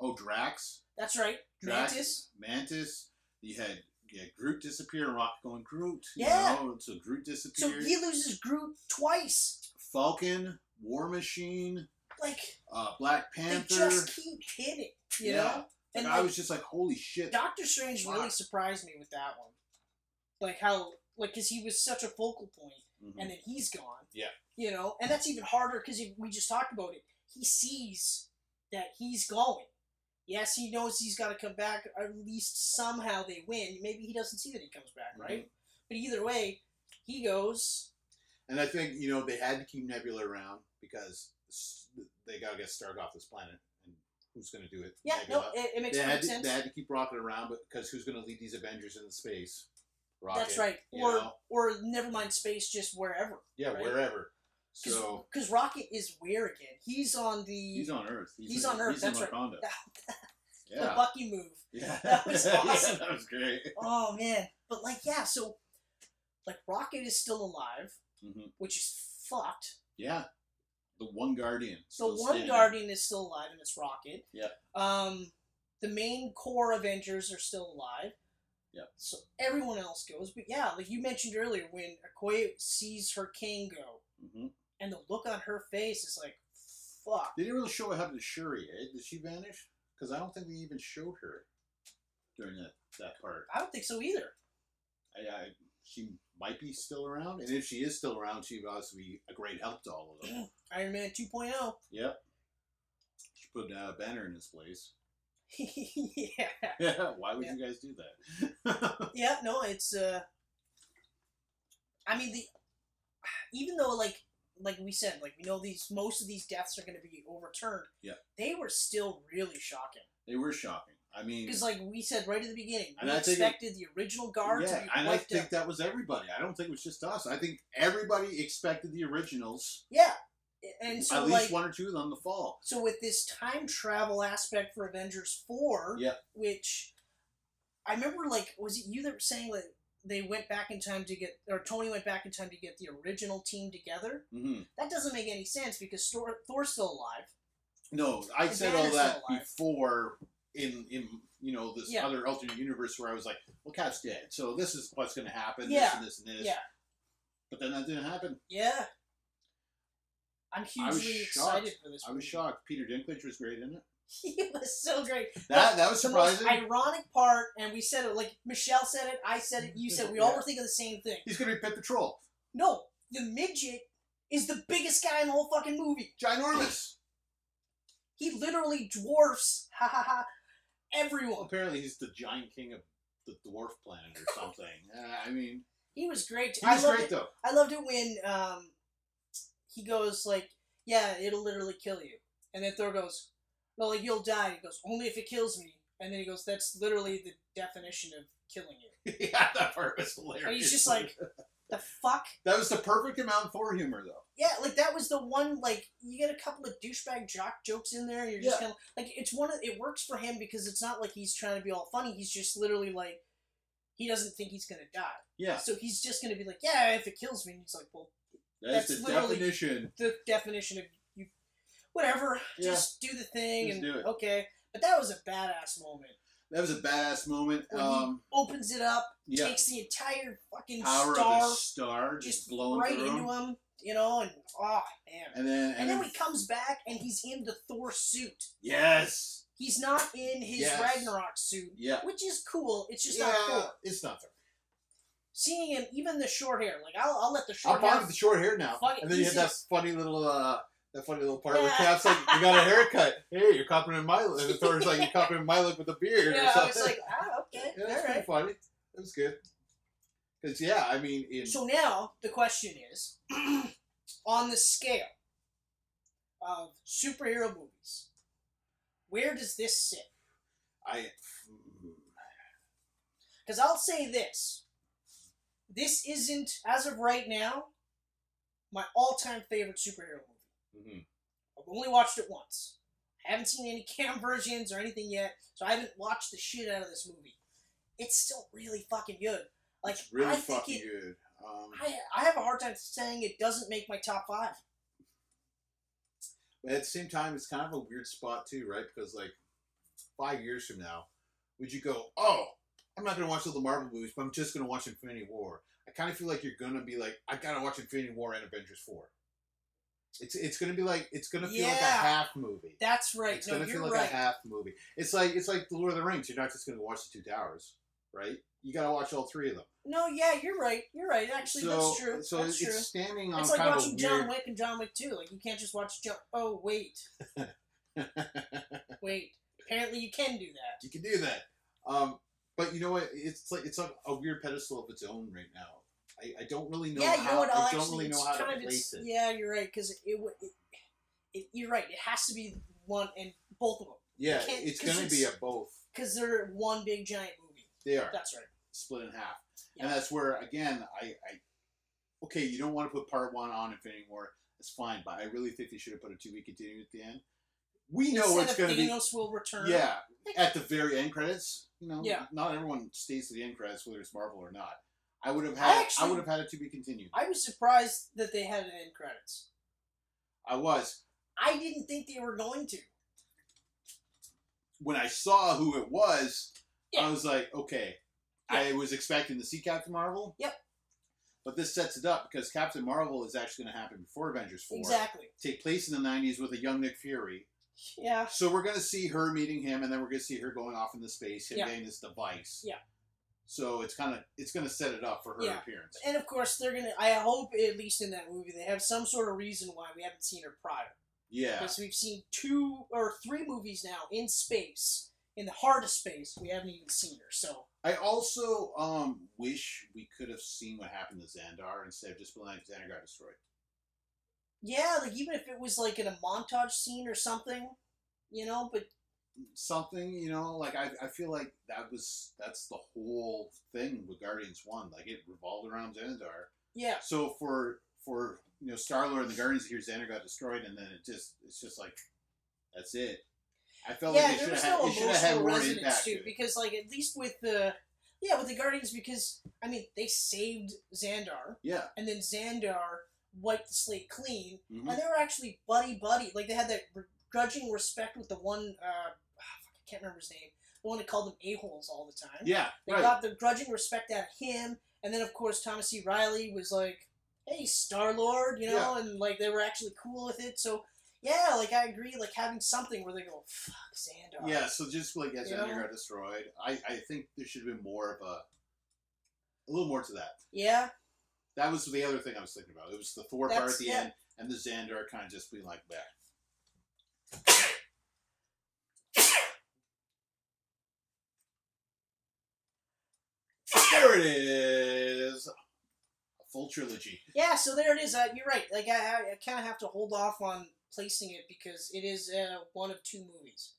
C: Oh, Drax.
B: That's right.
C: Drax,
B: Mantis.
C: Mantis. You had yeah, Groot disappear and Rock going Groot. You
B: Yeah.
C: Know? So Groot
B: So
C: disappeared.
B: he loses Groot twice.
C: Falcon, War Machine,
B: Like
C: uh, Black Panther.
B: they just keep hitting. You
C: yeah.
B: know.
C: Like,
B: And
C: I
B: like,
C: was just like, holy shit.
B: Doctor Strange
C: Wow.
B: really surprised me with that one. Like how, like, because he was such a focal point,
C: Mhm.
B: and then he's gone.
C: Yeah.
B: You know, and that's even harder because we just talked about it. He sees that he's going. Yes, he knows he's got to come back. At least somehow they win. Maybe he doesn't see that he comes back,
C: Hmm.
B: right? But either way, he goes.
C: And I think, you know, they had to keep Nebula around because s- they got to get Stark off this planet. And who's going to do it?
B: Yeah,
C: Nebula.
B: no, it, it makes
C: they had,
B: perfect
C: to,
B: sense.
C: they had to keep Rocket around, but because who's going to lead these Avengers into space? Rocket.
B: That's right.
C: you
B: Or
C: know?
B: or never mind space, just wherever.
C: yeah,
B: right.
C: wherever.
B: Because
C: So
B: Rocket is where again? He's on the
C: he's on Earth.
B: he's
C: in-
B: on Earth,
C: He's in
B: that's right.
C: Wakanda.
B: the
C: Yeah.
B: Bucky move.
C: yeah.
B: That was awesome.
C: yeah, that was great.
B: Oh man, but like yeah, so like Rocket is still alive,
C: hmm
B: which is fucked.
C: Yeah. The one guardian.
B: So
C: still
B: one
C: standing.
B: Guardian is still alive, and it's Rocket.
C: Yeah.
B: Um, the main core Avengers are still alive.
C: Yeah.
B: So everyone else goes, but yeah, like you mentioned earlier, when Okoye sees her king go,
C: Mhm.
B: and the look on her face is like, fuck.
C: They didn't really show what happened to Shuri, eh? Did she vanish? Because I don't think they even showed her during that, that part.
B: I don't think so either.
C: I, I, she might be still around, and if she is still around, she would obviously be a great help to all of them.
B: Iron Man oh. 2.0.
C: yep. She put uh, Banner in his place.
B: yeah.
C: Yeah, why would
B: Yeah.
C: you guys do that?
B: Yeah, no, it's uh I mean the even though like like we said, like we know these most of these deaths are gonna be overturned.
C: Yeah.
B: They were still really shocking.
C: they were shocking. I mean,
B: Because like we said right at the beginning,
C: And
B: we
C: I think it-
B: expected the original guard to
C: yeah,
B: be
C: and I
B: wiped
C: think
B: out.
C: that was everybody. I don't think it was just us. I think everybody expected the originals,
B: Yeah. And so
C: at least
B: like
C: one or two of them, to fall.
B: so with this time travel aspect for Avengers four,
C: Yeah.
B: which I remember like was it you that were saying like they went back in time to get or Tony went back in time to get the original team together?
C: hmm
B: That doesn't make any sense because Thor, Thor's still alive.
C: No, I
B: The
C: said all
B: Banner's
C: that
B: still alive.
C: before in in you know this
B: Yeah.
C: other alternate universe where I was like, well, Cat's dead, so this is what's going to happen.
B: Yeah.
C: This and this and this.
B: Yeah.
C: But then that didn't happen.
B: Yeah. I'm
C: I was
B: hugely
C: shocked.
B: excited for this.
C: I was
B: movie.
C: shocked. Peter Dinklage was great in it.
B: He was so great.
C: That that was
B: The most
C: surprising.
B: ironic part, and we said it like Michelle said it, I said it, you said it, we all were thinking the same thing.
C: He's gonna be Pit Patrol.
B: No, the midget is the biggest guy in the whole fucking movie.
C: Ginormous.
B: He literally dwarfs, ha ha ha, everyone.
C: Apparently, he's the giant king of the dwarf planet or something. Uh, I mean,
B: He was great.
C: he
B: I
C: was
B: loved
C: great
B: it.
C: though.
B: I loved it when um, he goes like, "Yeah, it'll literally kill you," and then Thor goes, "No, like you'll die." He goes, "Only if it kills me," and then he goes, "That's literally the definition of killing you."
C: yeah, that part was hilarious.
B: And he's just like, "The fuck."
C: that was the perfect amount of Thor humor though.
B: Yeah, like that was the one. Like you get a couple of douchebag jock jokes in there, and you're just
C: Yeah.
B: kind of like it's one. Of, it works for him because it's not like he's trying to be all funny. He's just literally like he doesn't think he's gonna die,
C: Yeah,
B: so he's just gonna be like, "Yeah, if it kills me," and he's like, "Well,
C: that's,
B: That's
C: the
B: literally-
C: definition.
B: the definition of you, whatever.
C: Yeah.
B: Just do the thing
C: Just
B: and
C: do it.
B: okay. But that was a badass moment.
C: That was a badass moment.
B: When he-
C: Um,
B: Opens it up,
C: yeah,
B: takes the entire fucking
C: power of
B: star
C: the star just,
B: just
C: blowing
B: right
C: through him.
B: into him, you know, and oh man. And,
C: And then, and,
B: then when he comes back and he's in the Thor suit.
C: yes,
B: He's not in his
C: Yes.
B: Ragnarok suit,
C: yeah,
B: which is cool. It's just
C: yeah,
B: not Thor.
C: it's not Thor.
B: Seeing him, even the short hair, like I'll, I'll let the short
C: I'm fine
B: hair.
C: with the short hair now.
B: Fuck it,
C: and then you
B: he's
C: have that
B: just-
C: funny little uh, that funny little part where
B: Yeah.
C: Cap's like, "You got a haircut. Hey, you're copying my look." And Thor's like, "You're copying my look with a beard."
B: yeah,
C: or
B: I
C: something.
B: was like, ah, okay,
C: yeah, that's
B: all right.
C: pretty funny. That was good. Because yeah, I mean, in,
B: So now the question is, on the scale of superhero movies, where does this sit?
C: I mm-hmm.
B: Because I'll say this: this isn't, as of right now, my all-time favorite superhero movie.
C: mhm.
B: I've only watched it once. I haven't seen any cam versions or anything yet, so I haven't watched the shit out of this movie. It's still really fucking good. Like
C: it's really
B: I think
C: fucking
B: it,
C: good. Um,
B: I, I have a hard time saying it doesn't make my top five.
C: but at the same time, it's kind of a weird spot too, right? Because like five years from now, would you go, "Oh, I'm not gonna watch all the Marvel movies, but I'm just gonna watch Infinity War"? I kind of feel like you're gonna be like, "I gotta watch Infinity War and Avengers 4. It's it's gonna be like it's gonna feel like a
B: Yeah.
C: half movie.
B: That's right.
C: It's
B: no,
C: gonna
B: you're
C: feel like
B: right.
C: a half movie. It's like it's like the Lord of the Rings. You're not just gonna watch the two towers, right? You gotta watch all three of them.
B: No, yeah, you're right. You're right. Actually,
C: so
B: that's true.
C: so
B: that's
C: it's
B: true.
C: standing on
B: It's like
C: kind
B: watching
C: of a
B: John
C: weird.
B: Wick and John Wick 2. Like, you can't just watch John. Oh, wait. Wait. Apparently, you can do that.
C: you can do that. Um, but you know what? It's like it's on a weird pedestal of its own right now. I, I don't really know.
B: yeah,
C: how,
B: you know what? I'll
C: I don't
B: actually.
C: really know
B: it's
C: how
B: kind
C: to
B: of, it's,
C: place it.
B: Yeah, you're right. Because it, would- it, it, you're right. It has to be one and both of them.
C: Yeah,
B: you can't-
C: it's
B: 'cause
C: gonna
B: it's-
C: be a both.
B: Because they're one big giant movie.
C: They are
B: That's right.
C: split in half,
B: Yeah.
C: and that's where again I, I okay, you don't want to put part one on Infinity War. That's fine, but I really think they should have put a two week continuing at the end. We know
B: Instead
C: it's
B: of
C: gonna be
B: Thanos will return.
C: Yeah, at the very end credits, you know.
B: Yeah.
C: Not everyone stays to the end credits, whether it's Marvel or not. I would have
B: I
C: had. I,
B: actually-
C: would have had it to be continued.
B: I was surprised that they had an end credits.
C: I was
B: I didn't think they were going to.
C: when I saw who it was.
B: Yeah.
C: I was like, okay. I was expecting to see Captain Marvel.
B: Yep.
C: But this sets it up because Captain Marvel is actually going to happen before Avengers four.
B: Exactly.
C: Take place in the '90s with a young Nick Fury.
B: Yeah.
C: So we're going to see her meeting him, and then we're going to see her going off into space, him
B: Yeah.
C: getting this device.
B: Yeah.
C: So it's kind of it's going to set it up for her
B: Yeah.
C: appearance.
B: And of course, they're gonna. I hope at least in that movie they have some sort of reason why we haven't seen her prior,
C: Yeah.
B: because we've seen two or three movies now in space, in the heart of space. We haven't even seen her. So
C: I also um, wish we could have seen what happened to Xandar instead of just being like Xandar got destroyed.
B: yeah, like even if it was like in a montage scene or something, you know. But
C: Something, you know, like I, I feel like that was that's the whole thing with Guardians One. Like it revolved around Xandar.
B: yeah,
C: So for for you know Star Lord and the Guardians here, Xandar got destroyed, and then it just it's just like that's it. I felt
B: yeah,
C: like they
B: there
C: should have had,
B: was no
C: it should have had
B: emotional
C: more
B: resonance
C: impact.
B: too,
C: to it.
B: because like at least with the yeah with the Guardians, because I mean they saved Xandar,
C: Yeah,
B: and then Xandar wiped the slate clean,
C: mhm.
B: and they were actually buddy buddy. Like they had that grudging respect with the one. Uh, ah, fuck, I can't remember his name. The one that called them a holes all the time.
C: yeah,
B: They
C: right.
B: got the grudging respect out of him, and then of course Thomas E. C. Riley was like, "Hey, Star Lord," you know, and like they were actually cool with it. So yeah, like I agree, like having something where they go, fuck Xandar.
C: Yeah, so just like as
B: You
C: Xander
B: know?
C: got destroyed, I, I think there should have been more of a a little more to that.
B: Yeah.
C: That was the other thing I was thinking about. It was the Thor part
B: That's-
C: at the
B: yeah.
C: end and the Xander kind of just being like that. there it is. A full trilogy.
B: Yeah, so there it is. Uh, you're right. Like I, I, I kind of have to hold off on placing it because it is uh, one of two movies.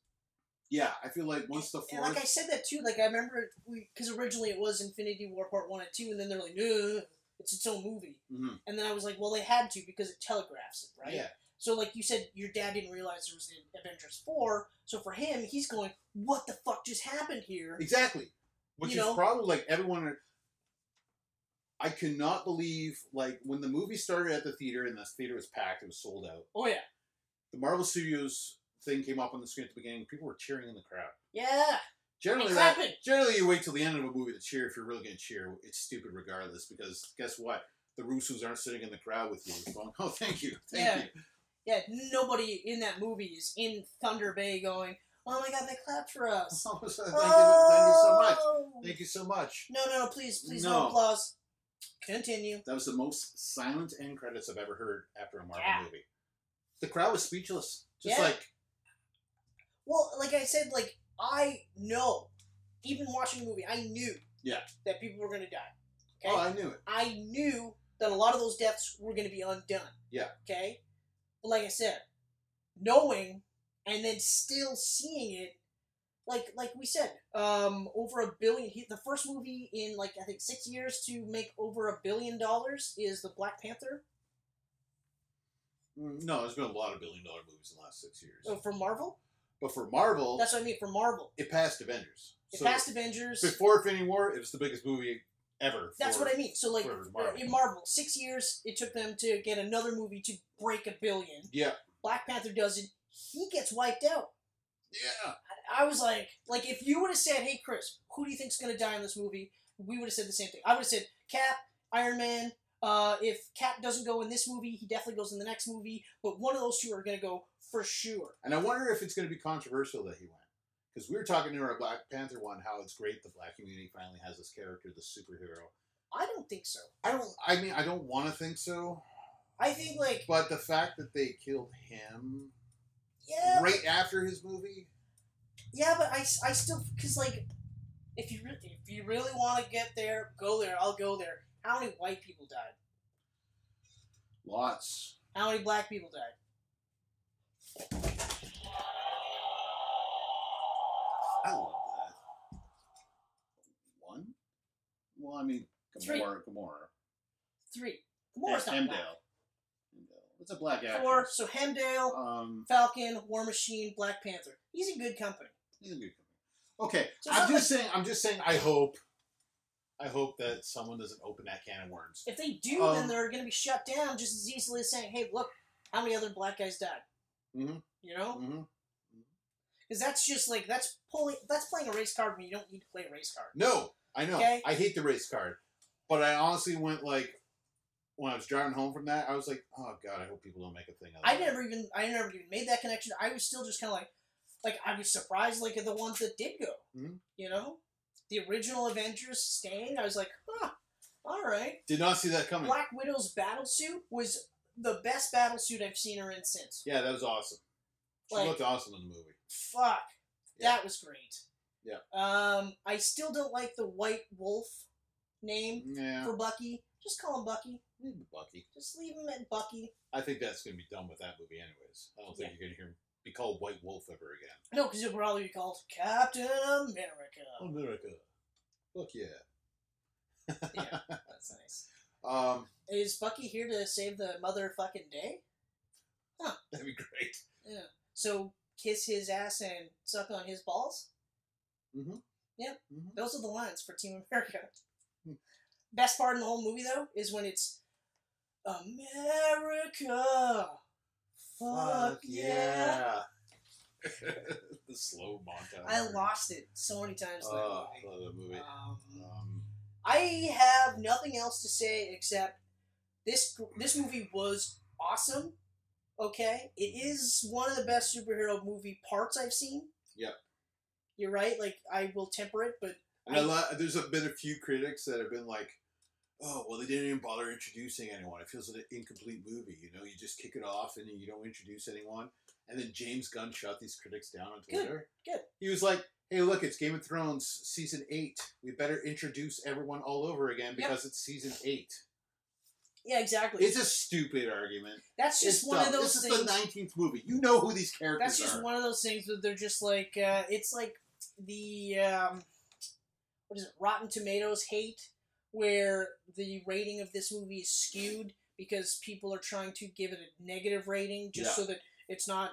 C: Yeah, I feel like once the
B: And like I
C: fourth,
B: said that too. Like I remember we because originally it was Infinity War Part One and Two, and then they're like, no, it's its own movie.
C: Mhm.
B: And then I was like, well, they had to because it telegraphs it, right?
C: yeah,
B: So like you said, your dad didn't realize there was an Avengers Four. So for him, he's going, what the fuck just happened here?
C: Exactly. Which
B: You
C: is
B: know?
C: probably like everyone. I cannot believe like when the movie started at the theater and the theater was packed, it was sold out.
B: Oh yeah,
C: The Marvel Studios thing came up on the screen at the beginning. People were cheering in the crowd.
B: yeah,
C: Generally,
B: And
C: that-
B: clapping.
C: generally you wait till the end of a movie to cheer if you're really going to cheer. It's stupid regardless because guess what? The Russos aren't sitting in the crowd with you. It's going, oh, thank you, thank
B: Yeah.
C: you.
B: yeah. Nobody in that movie is in Thunder Bay going, oh my god, they clapped for us.
C: thank you. Thank you so much.
B: Oh!
C: Thank you so much.
B: No, no, please, please, no,
C: No.
B: applause. Continue.
C: That was the most silent end credits I've ever heard after a Marvel
B: Yeah.
C: movie. The crowd was speechless. Just
B: Yeah.
C: like,
B: Well, like I said, like I know, even watching the movie, I knew
C: Yeah.
B: that people were gonna die. Okay,
C: oh, I knew it.
B: I-, knew that a lot of those deaths were gonna be undone.
C: Yeah.
B: Okay, but like I said, knowing and then still seeing it, like like we said, um, over a billion. He, the first movie in like I think six years to make over a billion dollars is the Black Panther
C: Mm, No, there's been a lot of billion dollar movies in the last six years.
B: uh, from Marvel.
C: But for Marvel,
B: That's what I mean for Marvel.
C: it passed Avengers.
B: It
C: So
B: passed Avengers.
C: before Infinity War, it was the biggest movie ever.
B: That's
C: for-
B: what I mean. So like uh,
C: for Marvel.
B: in Marvel, six years it took them to get another movie to break a billion.
C: Yeah.
B: Black Panther does it. He gets wiped out.
C: Yeah.
B: I was like, like if you would have said, "Hey Chris, who do you think's gonna die in this movie?" We would have said the same thing. I would have said Cap, Iron Man. Uh, if Cap doesn't go in this movie, he definitely goes in the next movie. But one of those two are gonna go for sure.
C: And I wonder if it's going to be controversial that he went. Because we were talking to our Black Panther one, how it's great the black community finally has this character, this superhero.
B: I don't think so.
C: I don't. I mean, I don't want to think so,
B: I think like
C: but the fact that they killed him
B: yeah,
C: right after his movie.
B: Yeah, but I, I still because like if you really if you really want to get there, go there. I'll go there. How many white people died?
C: Lots.
B: How many black people died?
C: I love that. One. Well, I mean,
B: Three.
C: Gamora. Gamora.
B: Three. Moore's
C: Eh,
B: not black.
C: Hemdale. Hemdale. It's a black actor.
B: Four. So Hemdale,
C: Um,
B: Falcon, War Machine, Black Panther. He's in good company.
C: he's a good company. Okay,
B: So
C: I'm
B: it's not
C: just saying. I'm just saying. I hope. I hope that someone doesn't open that can of worms.
B: If they do, then
C: Um,
B: they're going to be shut down just as easily as saying, "Hey, look, how many other black guys died?"
C: Mhm.
B: You know,
C: hmm
B: because that's just like that's pulling that's playing a race card when you don't need to play a race card.
C: No, I know.
B: Okay.
C: I hate the race card, but I honestly went like when I was driving home from that, I was like, oh god, I hope people don't make a thing. Out of
B: I
C: it.
B: never even I never even made that connection. I was still just kind of like, like I was surprised like at the ones that did go.
C: Mhm.
B: You know, the original Avengers staying. I was like, huh, all right.
C: Did not see that coming.
B: Black Widow's battle suit was the best battle suit I've seen her in since.
C: Yeah, that was awesome. She
B: Like-
C: looked awesome in the movie.
B: Fuck,
C: Yeah.
B: that was great.
C: Yeah.
B: Um, I still don't like the White Wolf name
C: Yeah,
B: for Bucky. Just call him Bucky.
C: Bucky.
B: Just leave him at Bucky.
C: I think that's going to be done with that movie, anyways. I don't think
B: Yeah.
C: you're going to hear him be called White Wolf ever again.
B: No, because it would probably be called Captain America.
C: America. Fuck yeah.
B: yeah, that's nice.
C: Um,
B: Is Bucky here to save the motherfucking day?
C: that'd be great.
B: So kiss his ass and suck on his balls?
C: Mhm.
B: Yep.
C: Mhm.
B: Those are the lines for Team America. Hmm. Best part in the whole movie, though, is when it's America! Fuck yeah!
C: the slow montage.
B: I lost it so many times in that
C: Oh, I
B: movie.
C: love that movie.
B: Um,
C: Um,
B: I have nothing else to say except this this movie was awesome. okay. It is one of the best superhero movie parts I've seen.
C: Yep.
B: You're right. Like I will temper it, but
C: And a lot, there's a, been a few critics that have been like, "Oh, well, they didn't even bother introducing anyone. It feels like an incomplete movie. You know, you just kick it off and you don't introduce anyone." And then James Gunn shot these critics down on
B: Good,
C: Twitter.
B: good.
C: He was like, "Hey, look, it's Game of Thrones season eight. We better introduce everyone all over again
B: Yep.
C: because it's season eight.
B: yeah, exactly.
C: It's a stupid argument.
B: that's just
C: It's
B: one of
C: dumb.
B: those
C: This
B: things.
C: is the nineteenth movie. You know who these characters
B: That's just
C: are.
B: one of those things that they're just like uh, it's like the um, what is it? Rotten Tomatoes hate, where the rating of this movie is skewed because people are trying to give it a negative rating just
C: Yeah.
B: so that it's not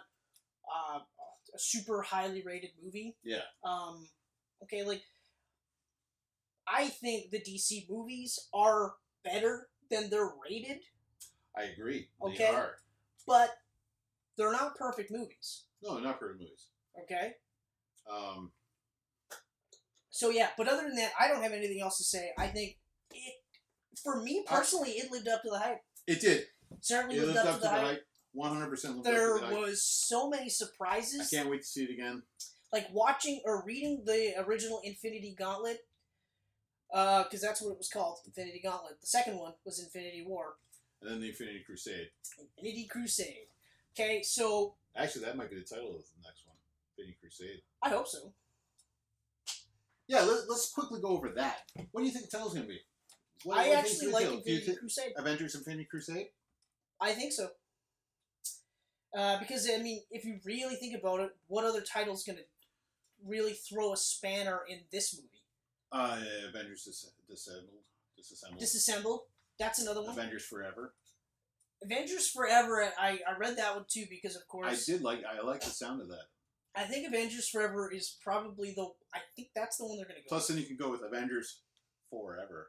B: uh, a super highly rated movie.
C: Yeah.
B: Um, okay, like I think the DC movies are better than they're rated,
C: I agree.
B: Okay.
C: They are.
B: but they're not perfect movies.
C: No, not for movies.
B: Okay.
C: Um,
B: So yeah, but other than that, I don't have anything else to say. I think it, for me personally, it lived up to the hype.
C: it did.
B: Certainly
C: It
B: lived, up, to the hype.
C: One hundred percent lived
B: There
C: up to the hype.
B: was so many
C: I
B: surprises.
C: can't wait to see it again.
B: Like watching or reading the original Infinity Gauntlet, because that's what it was called, Infinity Gauntlet. The second one was Infinity War,
C: And then the Infinity Crusade.
B: Infinity Crusade. Okay, so
C: Actually, that might be the title of the next one. Infinity Crusade.
B: I hope so.
C: Yeah, let, let's quickly go over that. What do you think the title's going to be? What,
B: I
C: what do
B: actually
C: you think
B: like
C: it's gonna do? Do you
B: Infinity
C: think
B: Crusade.
C: Avengers Infinity Crusade?
B: I think so. Uh, because I mean, if you really think about it, what other title's going to really throw a spanner in this movie?
C: Uh, Avengers Dis- Disassembled. Disassembled.
B: Disassemble. That's another one.
C: Avengers Forever.
B: Avengers Forever. I, I read that one too because of
C: I
B: course
C: did like. I like the sound of that.
B: I think Avengers Forever is probably the I think that's the one they're going to go.
C: Plus, then you can go with Avengers Forever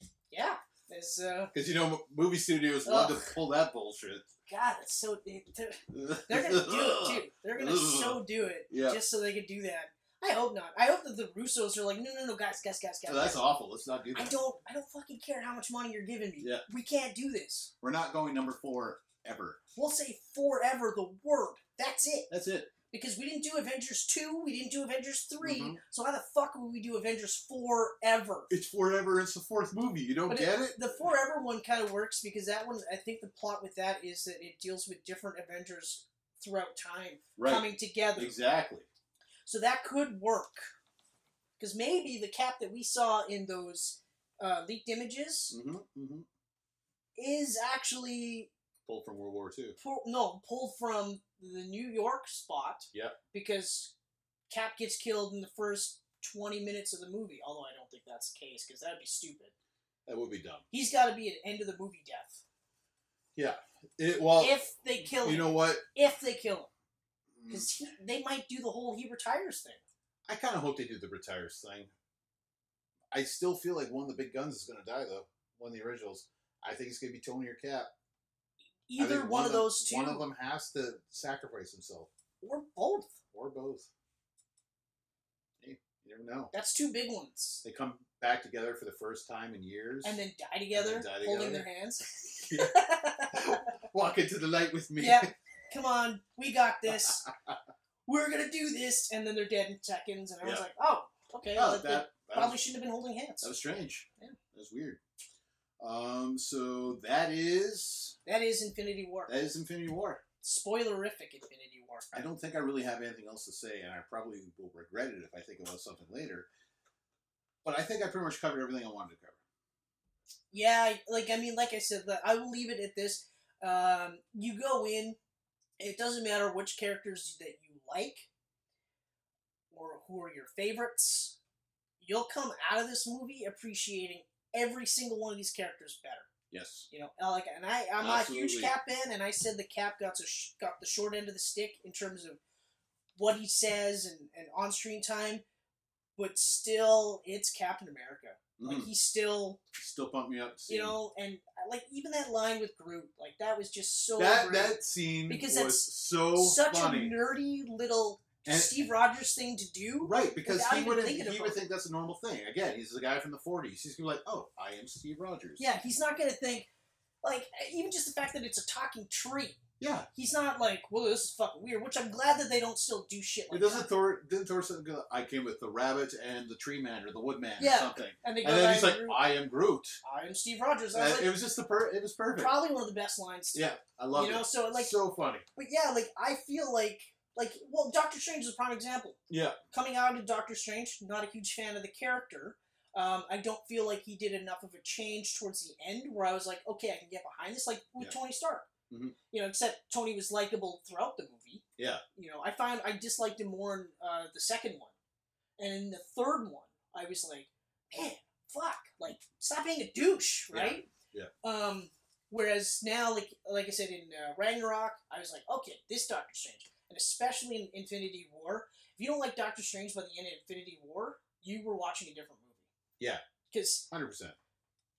B: with. yeah. There's uh,
C: because you know movie studios love
B: Ugh.
C: to pull that bullshit.
B: God, it's so they're, they're going to do it too. They're going to so do it
C: Yeah.
B: just so they could do that. I hope not. I hope that the Russos are like, no, no, no, guys, guys, guys, guys.
C: So that's
B: guys.
C: awful. Let's not do
B: I
C: that.
B: don't I don't fucking care how much money you're giving me.
C: Yeah.
B: We can't do this.
C: We're not going number four ever.
B: We'll say forever the word. That's it.
C: That's it.
B: Because we didn't do Avengers 2, we didn't do Avengers 3,
C: Mhm.
B: so how the fuck would we do Avengers forever?
C: It's forever. It's the fourth movie. You don't
B: But
C: get it?
B: The forever one kind of works because that one, I think the plot with that is that it deals with different Avengers throughout time
C: Right.
B: coming together.
C: Exactly.
B: So that could work. Because maybe the cap that we saw in those uh, leaked images
C: Mm-hmm. Mm-hmm.
B: is actually
C: Pulled from World War II.
B: pull, no, pulled from the New York spot.
C: Yep.
B: Because Cap gets killed in the first 20 minutes of the movie, although I don't think that's the case because that'd be stupid.
C: That would be dumb.
B: He's got to be an end of the movie death.
C: It, well,
B: if they kill him.
C: Oh, you know what?
B: if they kill him.
C: Mm,
B: Because they might do the whole he retires thing.
C: I kind of hope they do the retires thing. I still feel like one of the big guns is going to die, though. One of the originals. I think it's going to be Tony or Cap. I
B: Either
C: think
B: one, of those two,
C: One of them has to sacrifice himself,
B: or both.
C: or both. Hey, you never know.
B: That's two big ones.
C: They come back together for the first time in years.
B: And then die together,
C: And then die
B: holding
C: together.
B: their hands.
C: walk into the light with me. Oh,
B: Yeah. come on, we got this. We're gonna do this, and then they're dead in seconds, and everyone's
C: Yeah.
B: like, oh, okay,
C: Oh,
B: like,
C: that,
B: they
C: that
B: probably
C: was,
B: shouldn't have been holding hands.
C: that was strange.
B: Yeah.
C: That was weird. Um, so that is
B: that is Infinity War.
C: that is Infinity War.
B: Spoilerific Infinity War.
C: I don't think I really have anything else to say, and I probably will regret it if I think about something later. But I think I pretty much covered everything I wanted to cover.
B: Yeah, I- like I mean, like I said, like, I will leave it at this. Um, you go in. It doesn't matter which characters that you like or who are your favorites. You'll come out of this movie appreciating every single one of these characters better.
C: Yes.
B: You know, I like, and I, I'm a huge
C: Absolutely.
B: Cap fan, and I said the Cap got to sh- got the short end of the stick in terms of what he says and, and on screen time, but still, it's Captain America. Like
C: Mhm.
B: he's still,
C: Still pumped me up. to see
B: you know, and I like even that line with Groot, like that was just so
C: that
B: great.
C: that scene
B: Because
C: was
B: that's
C: so
B: such
C: funny.
B: a nerdy little
C: And-
B: Steve Rogers thing to do.
C: Right, because
B: Without
C: he
B: even
C: wouldn't.
B: thinking
C: He
B: about
C: would
B: it.
C: think that's a normal thing. Again, he's a guy from the '40s. He's gonna be like, "Oh, I am Steve Rogers."
B: Yeah, he's not gonna think like even just the fact that it's a talking tree.
C: Yeah,
B: He's not like, well, this is fucking weird. Which I'm glad that they don't still do shit like
C: it doesn't
B: that.
C: Thor didn't Thor say, I came with the rabbit and the tree man or the wood man or
B: Yeah.
C: something,
B: And they go
C: and then
B: back
C: he's like,
B: through,
C: I am Groot.
B: I am Steve Rogers. I
C: And
B: was like,
C: it was just the per. It was perfect.
B: probably one of the best lines.
C: Yeah, I love
B: you
C: it.
B: know, so like,
C: so funny.
B: but yeah, like I feel like, like, well, Doctor Strange is a prime example.
C: Yeah,
B: Coming out of Doctor Strange, not a huge fan of the character. Um, I don't feel like he did enough of a change towards the end where I was like, okay, I can get behind this, like with
C: Yeah.
B: Tony Stark.
C: Mhm.
B: You know, except Tony was likable throughout the movie.
C: yeah,
B: You know, I found I disliked him more in uh, the second one, and in the third one, I was like, man, fuck, like stop being a douche,
C: Yeah,
B: right?
C: yeah.
B: Um, whereas now, like like I said in uh, Ragnarok, I was like, okay, this Doctor Strange, and especially in Infinity War, if you don't like Doctor Strange by the end of Infinity War, you were watching a different movie.
C: Yeah.
B: Because
C: hundred percent.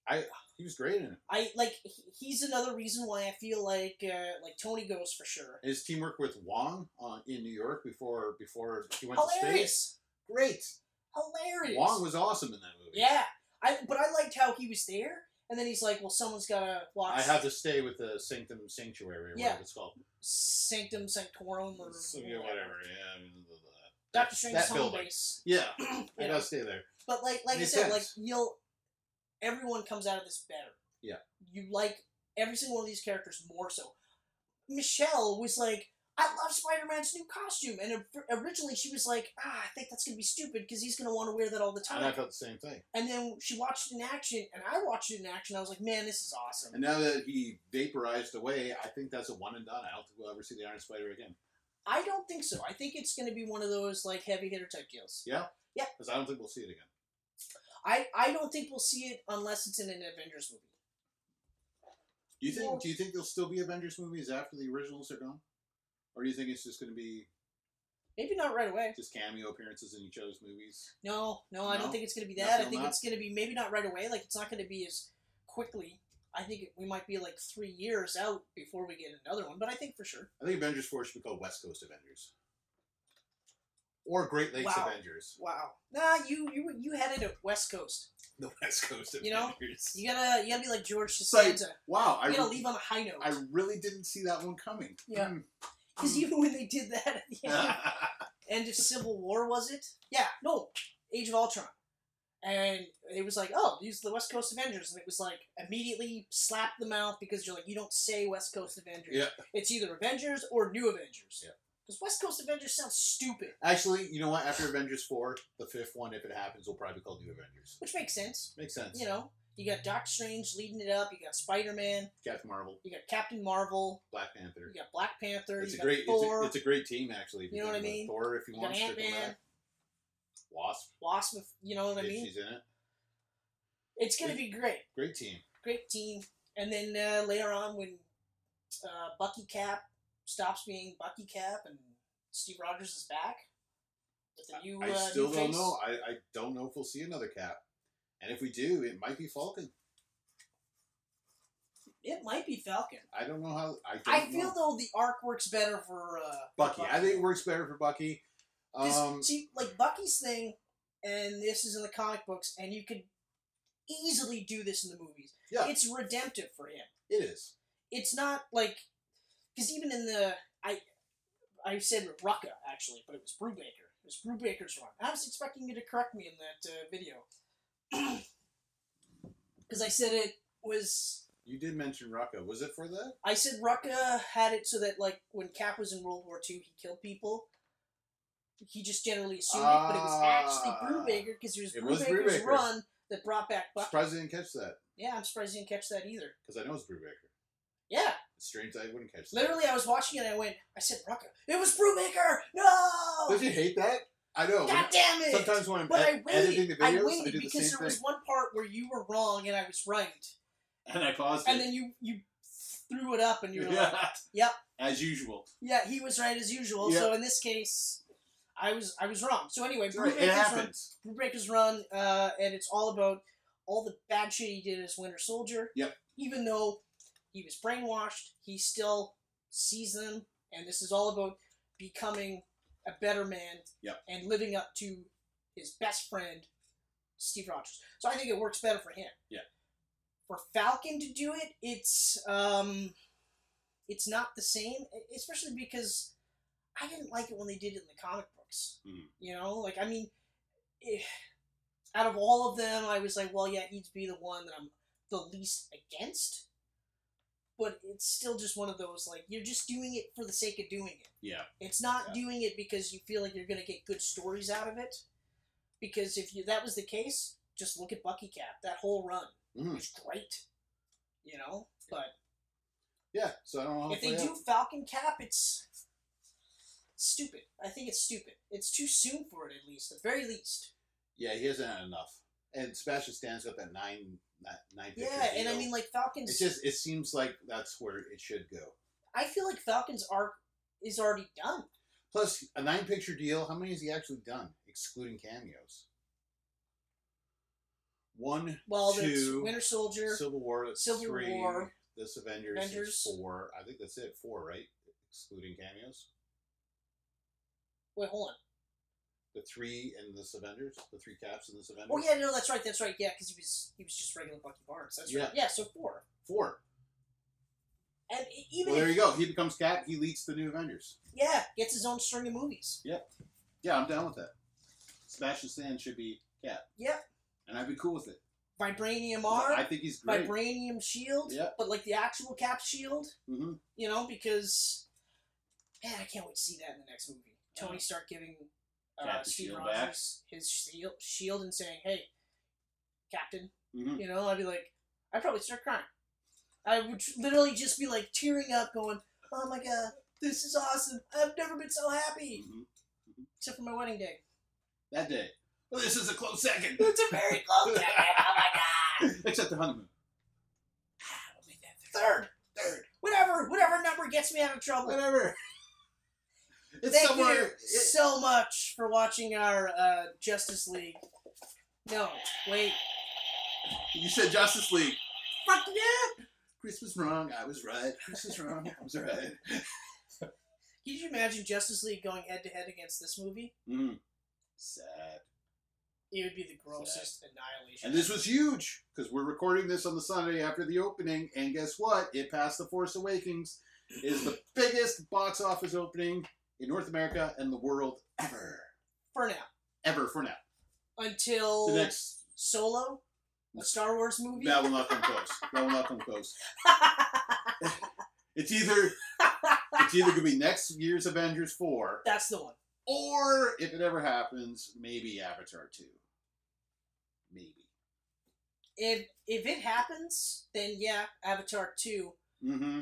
C: I he was great in it.
B: I like he- he's another reason why I feel like uh, like Tony goes for sure.
C: His teamwork with Wong uh, in New York before before he went to space.
B: Hilarious.
C: Great.
B: Hilarious.
C: Wong was awesome in that movie.
B: Yeah, I but I liked how he was there, and then he's like, "Well, someone's gotta watch."
C: I have to stay with the Sanctum Sanctuary or
B: Yeah.
C: whatever it's called.
B: Sanctum Sanctorum or
C: So, yeah, whatever. Yeah, I mean, the- the-
B: Doctor Strange's
C: that
B: home
C: building.
B: base.
C: Yeah, I
B: Yeah.
C: gotta stay there.
B: But like, like I
C: Makes
B: said,
C: sense.
B: like you'll everyone comes out of this better.
C: Yeah.
B: you like every single one of these characters more so. Michelle was like. I love Spider-Man's new costume, and or- originally she was like, "Ah, I think that's gonna be stupid because he's gonna want to wear that all the
C: And I
B: time."
C: felt the same thing.
B: And then she watched it in action, and I watched it in action. I was like, "Man, this is awesome."
C: And now that he vaporized away, I think that's a one and done. I don't think we'll ever see the Iron Spider again.
B: I don't think so. I think it's going to be one of those like heavy hitter type deals.
C: Because I don't think we'll see it again.
B: I, I don't think we'll see it unless it's in an Avengers movie.
C: Do you think?
B: Well-
C: do you think there'll still be Avengers movies after the originals are gone, or do you think it's just going to be
B: Maybe not right away.
C: just cameo appearances in each other's movies?
B: No, no, I
C: No?
B: don't think it's going to be
C: No,
B: that. I
C: still
B: think
C: not?
B: it's going to be maybe not right away. Like it's not going to be as quickly. I think it, we might be like three years out before we get another one. But I think for sure.
C: I think Avengers Four should be called West Coast Avengers, or Great Lakes
B: Wow.
C: Avengers.
B: Wow. Nah, you you you headed to West Coast.
C: The West Coast Avengers.
B: You know, You gotta you gotta be like George
C: like-
B: Costanza.
C: wow, I
B: You gotta
C: re-
B: leave on a high note.
C: I really didn't see that one coming.
B: Yeah.
C: Hmm.
B: Because even when they did that at the end, end of Civil War, was it? Yeah, no, Age of Ultron. And it was like, oh, these are the West Coast Avengers, and it was like immediately slap the mouth because you're like, you don't say West Coast Avengers.
C: Yeah.
B: It's either Avengers or New Avengers.
C: Yeah.
B: Because West Coast Avengers sounds stupid,
C: Actually, you know what? After Avengers Four, the fifth one, if it happens, will probably be called New Avengers.
B: which makes sense.
C: Makes sense.
B: You know, you got Doctor Strange leading it up. You got Spider Man.
C: Captain Marvel,
B: You got Captain Marvel.
C: Black
B: You
C: Panther.
B: got Black Panther.
C: It's a
B: you got
C: great, it's
B: Thor.
C: a, it's a great team actually. if
B: You know what
C: think
B: I
C: about it.
B: mean?
C: Thor, if you
B: You
C: want
B: got
C: to come
B: Ant-Man.
C: back. Wasp,
B: Wasp. if- You know what I
C: if
B: mean?
C: she's in it.
B: It's gonna be great.
C: Great team.
B: great team. And then uh, later on, when uh, Bucky Cap stops being Bucky Cap and Steve Rogers is back with the new,
C: I
B: uh,
C: still
B: new
C: don't
B: face.
C: know. I, I don't know if we'll see another Cap, and if we do, it might be Falcon.
B: It might be Falcon.
C: I don't know how. I, don't
B: I feel
C: know.
B: though the arc works better for uh,
C: Bucky. I think it works better for Bucky.
B: This-
C: Um,
B: see, like Bucky's thing, and this is in the comic books, and you could easily do this in the movies.
C: Yeah.
B: it's redemptive for him.
C: it is.
B: it's not like because even in the I I said Rucka actually, but it was Brubaker. It was Brubaker's run. I was expecting you to correct me in that uh, video because I said it was.
C: You did mention Rucka. Was it for that?
B: I said Rucka had it so that like when Cap was in World War II, he killed people. He just generally assumed it, but it was actually
C: Ah.
B: Brubaker because it was
C: It was
B: Brubaker's
C: Brubaker.
B: run that brought back Buck.
C: Surprised I didn't catch that
B: Yeah, I'm surprised you didn't catch that either.
C: because I know it's Brew Baker.
B: Yeah,
C: It's strange that I wouldn't catch that.
B: Literally, I was watching it and I went, I said, Rucka. It was Brubaker! No!
C: Don't you hate that? I know.
B: God damn it!
C: Sometimes when I'm
B: but
C: ed-
B: I
C: editing the
B: waited, I
C: videos, I, do
B: waited
C: the
B: because
C: same
B: there
C: thing.
B: was one part where you were wrong and I was right.
C: And I paused
B: And then you, you threw it up and you were like, Yep.
C: As usual.
B: yeah, he was right as usual.
C: Yeah.
B: So in this case, I was I was wrong. So anyway,
C: It's all right. It
B: Brubaker's run,
C: happens.
B: Brubaker's run uh, and it's all about all the bad shit he did as Winter Soldier.
C: Yep.
B: Even though he was brainwashed, he still sees them, and this is all about becoming a better man
C: Yep.
B: and living up to his best friend, Steve Rogers. So I think it works better for him.
C: Yeah.
B: For Falcon to do it, it's um It's not the same, e- especially because I didn't like it when they did it in the comic books.
C: Mhm.
B: You know, like I mean, eh, out of all of them, I was like, well, yeah, he'd be the one that I'm the least against. But it's still just one of those like you're just doing it for the sake of doing it.
C: Yeah.
B: It's not
C: Yeah.
B: doing it because you feel like you're going to get good stories out of it. Because if you that was the case, just look at Bucky Cap. That whole run
C: Mhm.
B: was great. You know, but
C: Oh, Yeah. So I don't know.
B: if they
C: hopefully-
B: do Falcon Cap, it's stupid. I think it's stupid. It's too soon for it, at least, at the very least.
C: Yeah, he hasn't had enough. And Sebastian Stan's got that nine nine, nine picture
B: Yeah, and I
C: deal.
B: mean, like Falcon's.
C: It's just it seems like that's where it should go.
B: I feel like Falcon's arc is already done.
C: Plus a nine picture deal, how many has he actually done, excluding cameos? One
B: Well, there's
C: two
B: Winter Soldier,
C: Civil War that's
B: Civil
C: three
B: War,
C: this Avengers, is
B: Avengers.
C: four. I think that's it, four, right? Excluding cameos.
B: Wait, hold on.
C: The three in this Avengers, the three caps in this Avengers.
B: Oh yeah, no, that's right, that's right. Yeah, because he was he was just regular Bucky Barnes. That's right. Yeah, so four.
C: Four.
B: And e- even
C: Well there
B: if,
C: you go. He becomes cap, he leads the new Avengers.
B: yeah, gets his own string of movies.
C: Yeah, I'm down with that. Sebastian Stan should be cap.
B: Yeah,
C: And I'd be cool with it.
B: vibranium
C: I
B: arm,
C: think he's great.
B: vibranium shield,
C: Yeah.
B: but like the actual Cap shield,
C: hmm
B: you know, because man, I can't wait to see that in the next movie. Tony
C: Uh-huh.
B: Stark giving uh,
C: Cap the
B: Steve
C: shield back.
B: Rogers his shield, shield and saying, "Hey, Captain,"
C: hmm
B: you know, I'd be like, I'd probably start crying. I would tr- literally just be like tearing up, going, "Oh my god, this is awesome! I've never been so happy."
C: hmm
B: except for my wedding day.
C: That day. Well, this is a close second.
B: It's a very close day. Oh my god!
C: Except the honeymoon.
B: I'll make that Third,
C: Third.
B: whatever, whatever number gets me out of trouble.
C: Whatever. It's
B: Thank
C: somewhere.
B: you so much for watching our uh, Justice League. No, wait,
C: you said Justice League.
B: fuck yeah!
C: Chris was wrong. I was right. Chris was wrong. I was right.
B: Can you imagine Justice League going head to head against this movie?
C: Mm. Sad.
B: It would be the grossest annihilation.
C: And this was huge because we're recording this on the Sunday after the opening, and guess what? It passed The Force Awakens. It is the biggest box office opening in North America and the world ever.
B: for now
C: Ever for now.
B: until
C: The next
B: Solo, a Star Wars movie.
C: that will not come close. That will not come close. It's either it's either gonna be next year's Avengers four,
B: That's the one.
C: or if it ever happens, maybe Avatar two. Maybe.
B: If if it happens, then yeah, Avatar two.
C: Mm-hmm.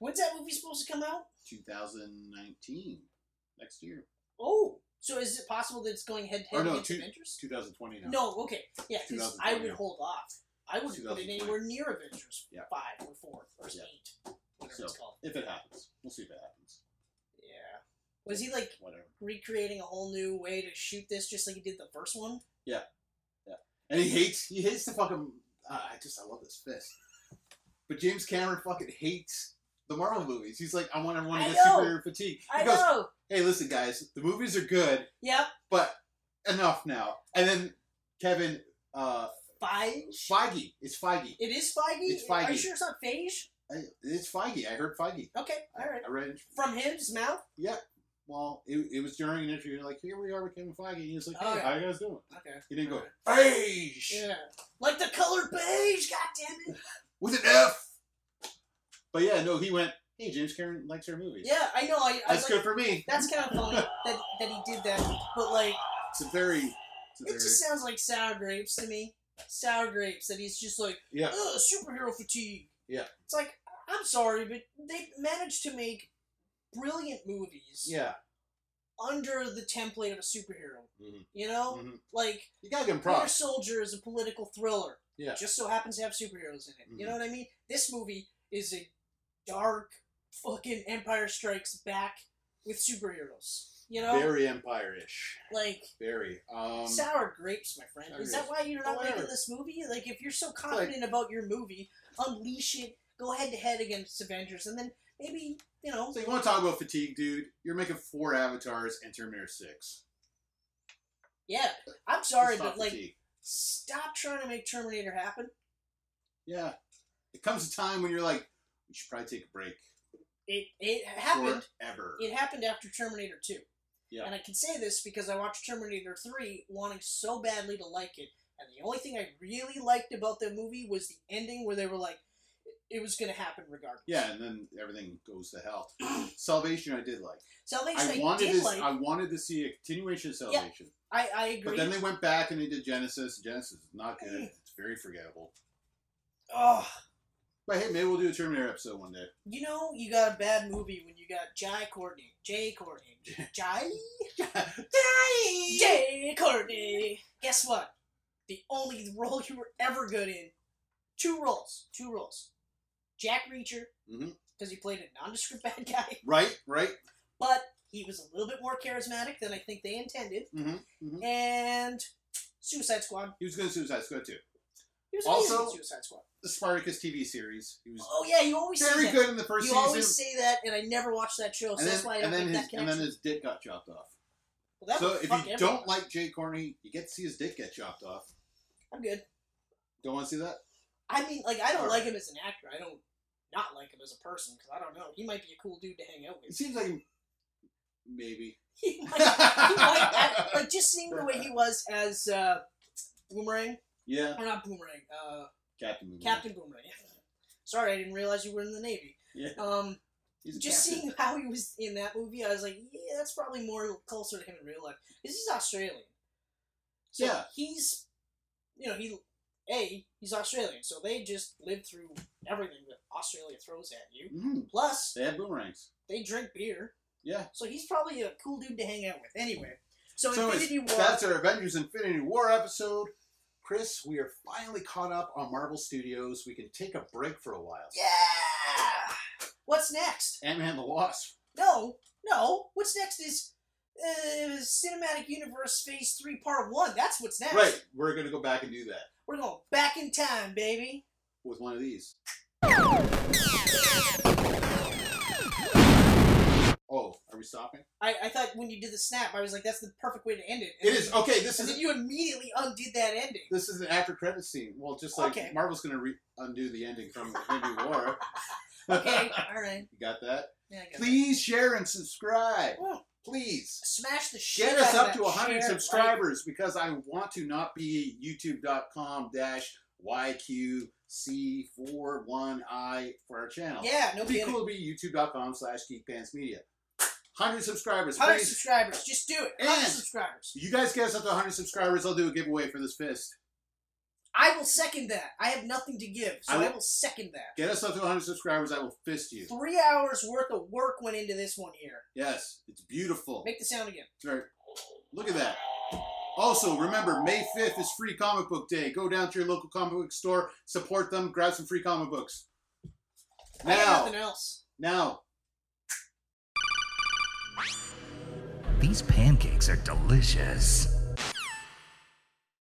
B: When's that movie supposed to come out?
C: 2019. Next year.
B: Oh, so is it possible that it's going head to
C: Or
B: head
C: no,
B: against
C: two-
B: Avengers?
C: 2020 now.
B: No, okay, yeah, because I
C: 2020.
B: would hold off. I wouldn't put it
C: 2020.
B: anywhere near Avengers
C: Yeah.
B: five or four or
C: Yeah.
B: eight, whatever
C: So-
B: it's called.
C: If it happens. We'll see if it happens.
B: Yeah, was he like
C: Whatever.
B: recreating a whole new way to shoot this, just like he did the first one?
C: And he hates he hates the fucking uh, I just I love this fist. But James Cameron fucking hates the Marvel movies. He's like, I want everyone to
B: I
C: get
B: know.
C: superhero fatigue. He
B: I
C: goes,
B: know.
C: Hey, listen guys, the movies are good,
B: Yep,
C: but enough now. And then Kevin uh
B: Feige.
C: Feige. It's Feige.
B: It is Feige.
C: It's E.
B: Are you
C: Feige.
B: sure it's not Phage?
C: I- It's Feige. I heard Feige.
B: Okay, all right.
C: I read.
B: From his mouth.
C: Well, it, it was during an interview. Like here we are with Kevin Feige. And he was like, Hey,
B: Oh, yeah.
C: how you guys doing?
B: Okay.
C: He didn't go Feige
B: Yeah, like the color beige. God damn it.
C: with an F. But yeah, no, he went. Hey, James Cameron likes our movies.
B: Yeah, I know. I, I was
C: That's
B: like,
C: good for me.
B: That's kind of funny that, that he did that, but like
C: It's a very, it's a
B: it
C: very
B: just sounds like sour grapes to me. Sour grapes that he's just like,
C: yeah.
B: ugh, superhero fatigue.
C: Yeah.
B: It's like I'm sorry, but they managed to make brilliant movies
C: Yeah,
B: under the template of a superhero.
C: Mhm.
B: You know,
C: Mhm.
B: like
C: you gotta give him
B: Winter
C: props.
B: Soldier is a political thriller.
C: Yeah.
B: Just so happens to have superheroes in it. You
C: Mhm.
B: know what I mean? This movie is a dark fucking Empire Strikes Back with superheroes. You know,
C: Very Empire-ish.
B: like.
C: Very. Um,
B: sour grapes, my friend.
C: sour Oh,
B: Is that why you're not
C: Whatever.
B: making this movie? Like, if you're so confident about your movie, unleash it. Go head to head against Avengers, and then maybe you know.
C: so you want to talk about fatigue, dude? You're making four avatars and Terminator Six.
B: Yeah, I'm sorry,
C: It's not
B: but like,
C: fatigue.
B: stop trying to make Terminator happen.
C: yeah, it comes a time when you're like, we should probably take a break.
B: It it happened.
C: forever.
B: It happened after Terminator Two.
C: Yeah.
B: And I can say this because I watched Terminator Three, wanting so badly to like it, and the only thing I really liked about that movie was the ending where they were like, it was going to happen regardless.
C: Yeah, and then everything goes to hell. Salvation, I did like.
B: Salvation,
C: I
B: I,
C: wanted
B: did
C: this.
B: like.
C: I wanted to see a continuation of Salvation,
B: I, I agree.
C: but then they went back and they did Genesis. Genesis is not good. It's very forgettable.
B: oh,
C: But hey, maybe we'll do a Terminator episode one day.
B: you know, you got a bad movie when you got Jai Courtney, Jay Courtney, Jai, Jay Courtney. Guess what? The only role you were ever good in, two roles, two roles. Jack Reacher, because
C: Mhm.
B: he played a nondescript bad guy,
C: Right, right.
B: but he was a little bit more charismatic than I think they intended.
C: hmm hmm
B: And Suicide Squad.
C: He was good in Suicide Squad too.
B: He was
C: Also-
B: amazing in Suicide Squad.
C: The Spartacus TV series. He was
B: Oh yeah, you always say
C: very
B: that.
C: good in the first
B: You
C: season.
B: always say that, and I never watched that show, so
C: and then,
B: that's why I don't
C: and then
B: make
C: his
B: that
C: and
B: connection.
C: then his dick got chopped off.
B: well, that
C: so
B: would
C: if you
B: fuck everyone.
C: don't like Jay Corney, you get to see his dick get chopped off.
B: I'm good.
C: Don't want to see that?
B: I mean, like, I don't
C: Alright.
B: like him as an actor. I don't not like him as a person because I don't know. He might be a cool dude to hang out
C: It
B: with.
C: seems like maybe.
B: He might, he might act- like just seeing the way he was as uh, Boomerang
C: yeah,
B: or not Boomerang, uh,
C: Captain. Boomerang.
B: Captain Boomerang. Sorry, I didn't realize you were in the Navy.
C: Yeah.
B: Um,
C: He's a
B: just
C: captain.
B: seeing how he was in that movie, I was like, yeah, that's probably more closer to him in real life. Because he's Australian. So
C: Yeah.
B: he's, you know, he, A, he's Australian. So they just live through everything that Australia throws at you.
C: Mhm.
B: Plus,
C: They have boomerangs.
B: they drink beer.
C: Yeah.
B: So he's probably a cool dude to hang out with. Anyway, so,
C: So anyways,
B: Infinity War.
C: that's our Avengers Infinity War episode. Chris, we are finally caught up on Marvel Studios. We can take a break for a while.
B: yeah! What's next?
C: Ant Man the Wasp.
B: No, no. What's next is uh, Cinematic Universe Phase 3 Part 1. That's what's next.
C: Right, we're going to go back and do that
B: We're going back in time, baby.
C: with one of these. Oh, are we stopping?
B: I, I thought when you did the snap, I was like, that's the perfect way to end it.
C: It
B: And
C: is
B: then-
C: okay. This
B: And
C: is
B: then you immediately undid that ending.
C: this is an after credit scene. Well, just like
B: Okay.
C: Marvel's going to re- undo the ending from Infinity War.
B: Okay, all right.
C: you got that?
B: Yeah, I got it.
C: Please share and subscribe.
B: Oh.
C: Please.
B: Smash the shit
C: Get
B: out
C: us
B: of
C: up
B: that
C: to 100
B: share, like-
C: subscribers because I want to not be youtube.com dash YQC41I for our channel.
B: Yeah, no
C: It'd be
B: kidding.
C: cool to be youtube.com slash geekpantsmedia. 100 subscribers,
B: 100
C: please.
B: subscribers. Just do it. 100
C: And-
B: subscribers.
C: You guys get us up to 100 subscribers, I'll do a giveaway for this fist.
B: I will second that. I have nothing to give, so
C: I
B: I will,
C: will-
B: second that.
C: Get us up to 100 subscribers, I will fist you.
B: Three hours worth of work went into this one here.
C: Yes, it's beautiful.
B: Make the sound again.
C: It's very- Look at that. Also, remember, May 5th is free comic book day. Go down to your local comic book store, support them, grab some free comic books.
B: I got
C: Now,
B: nothing else.
C: now,
A: These pancakes are delicious.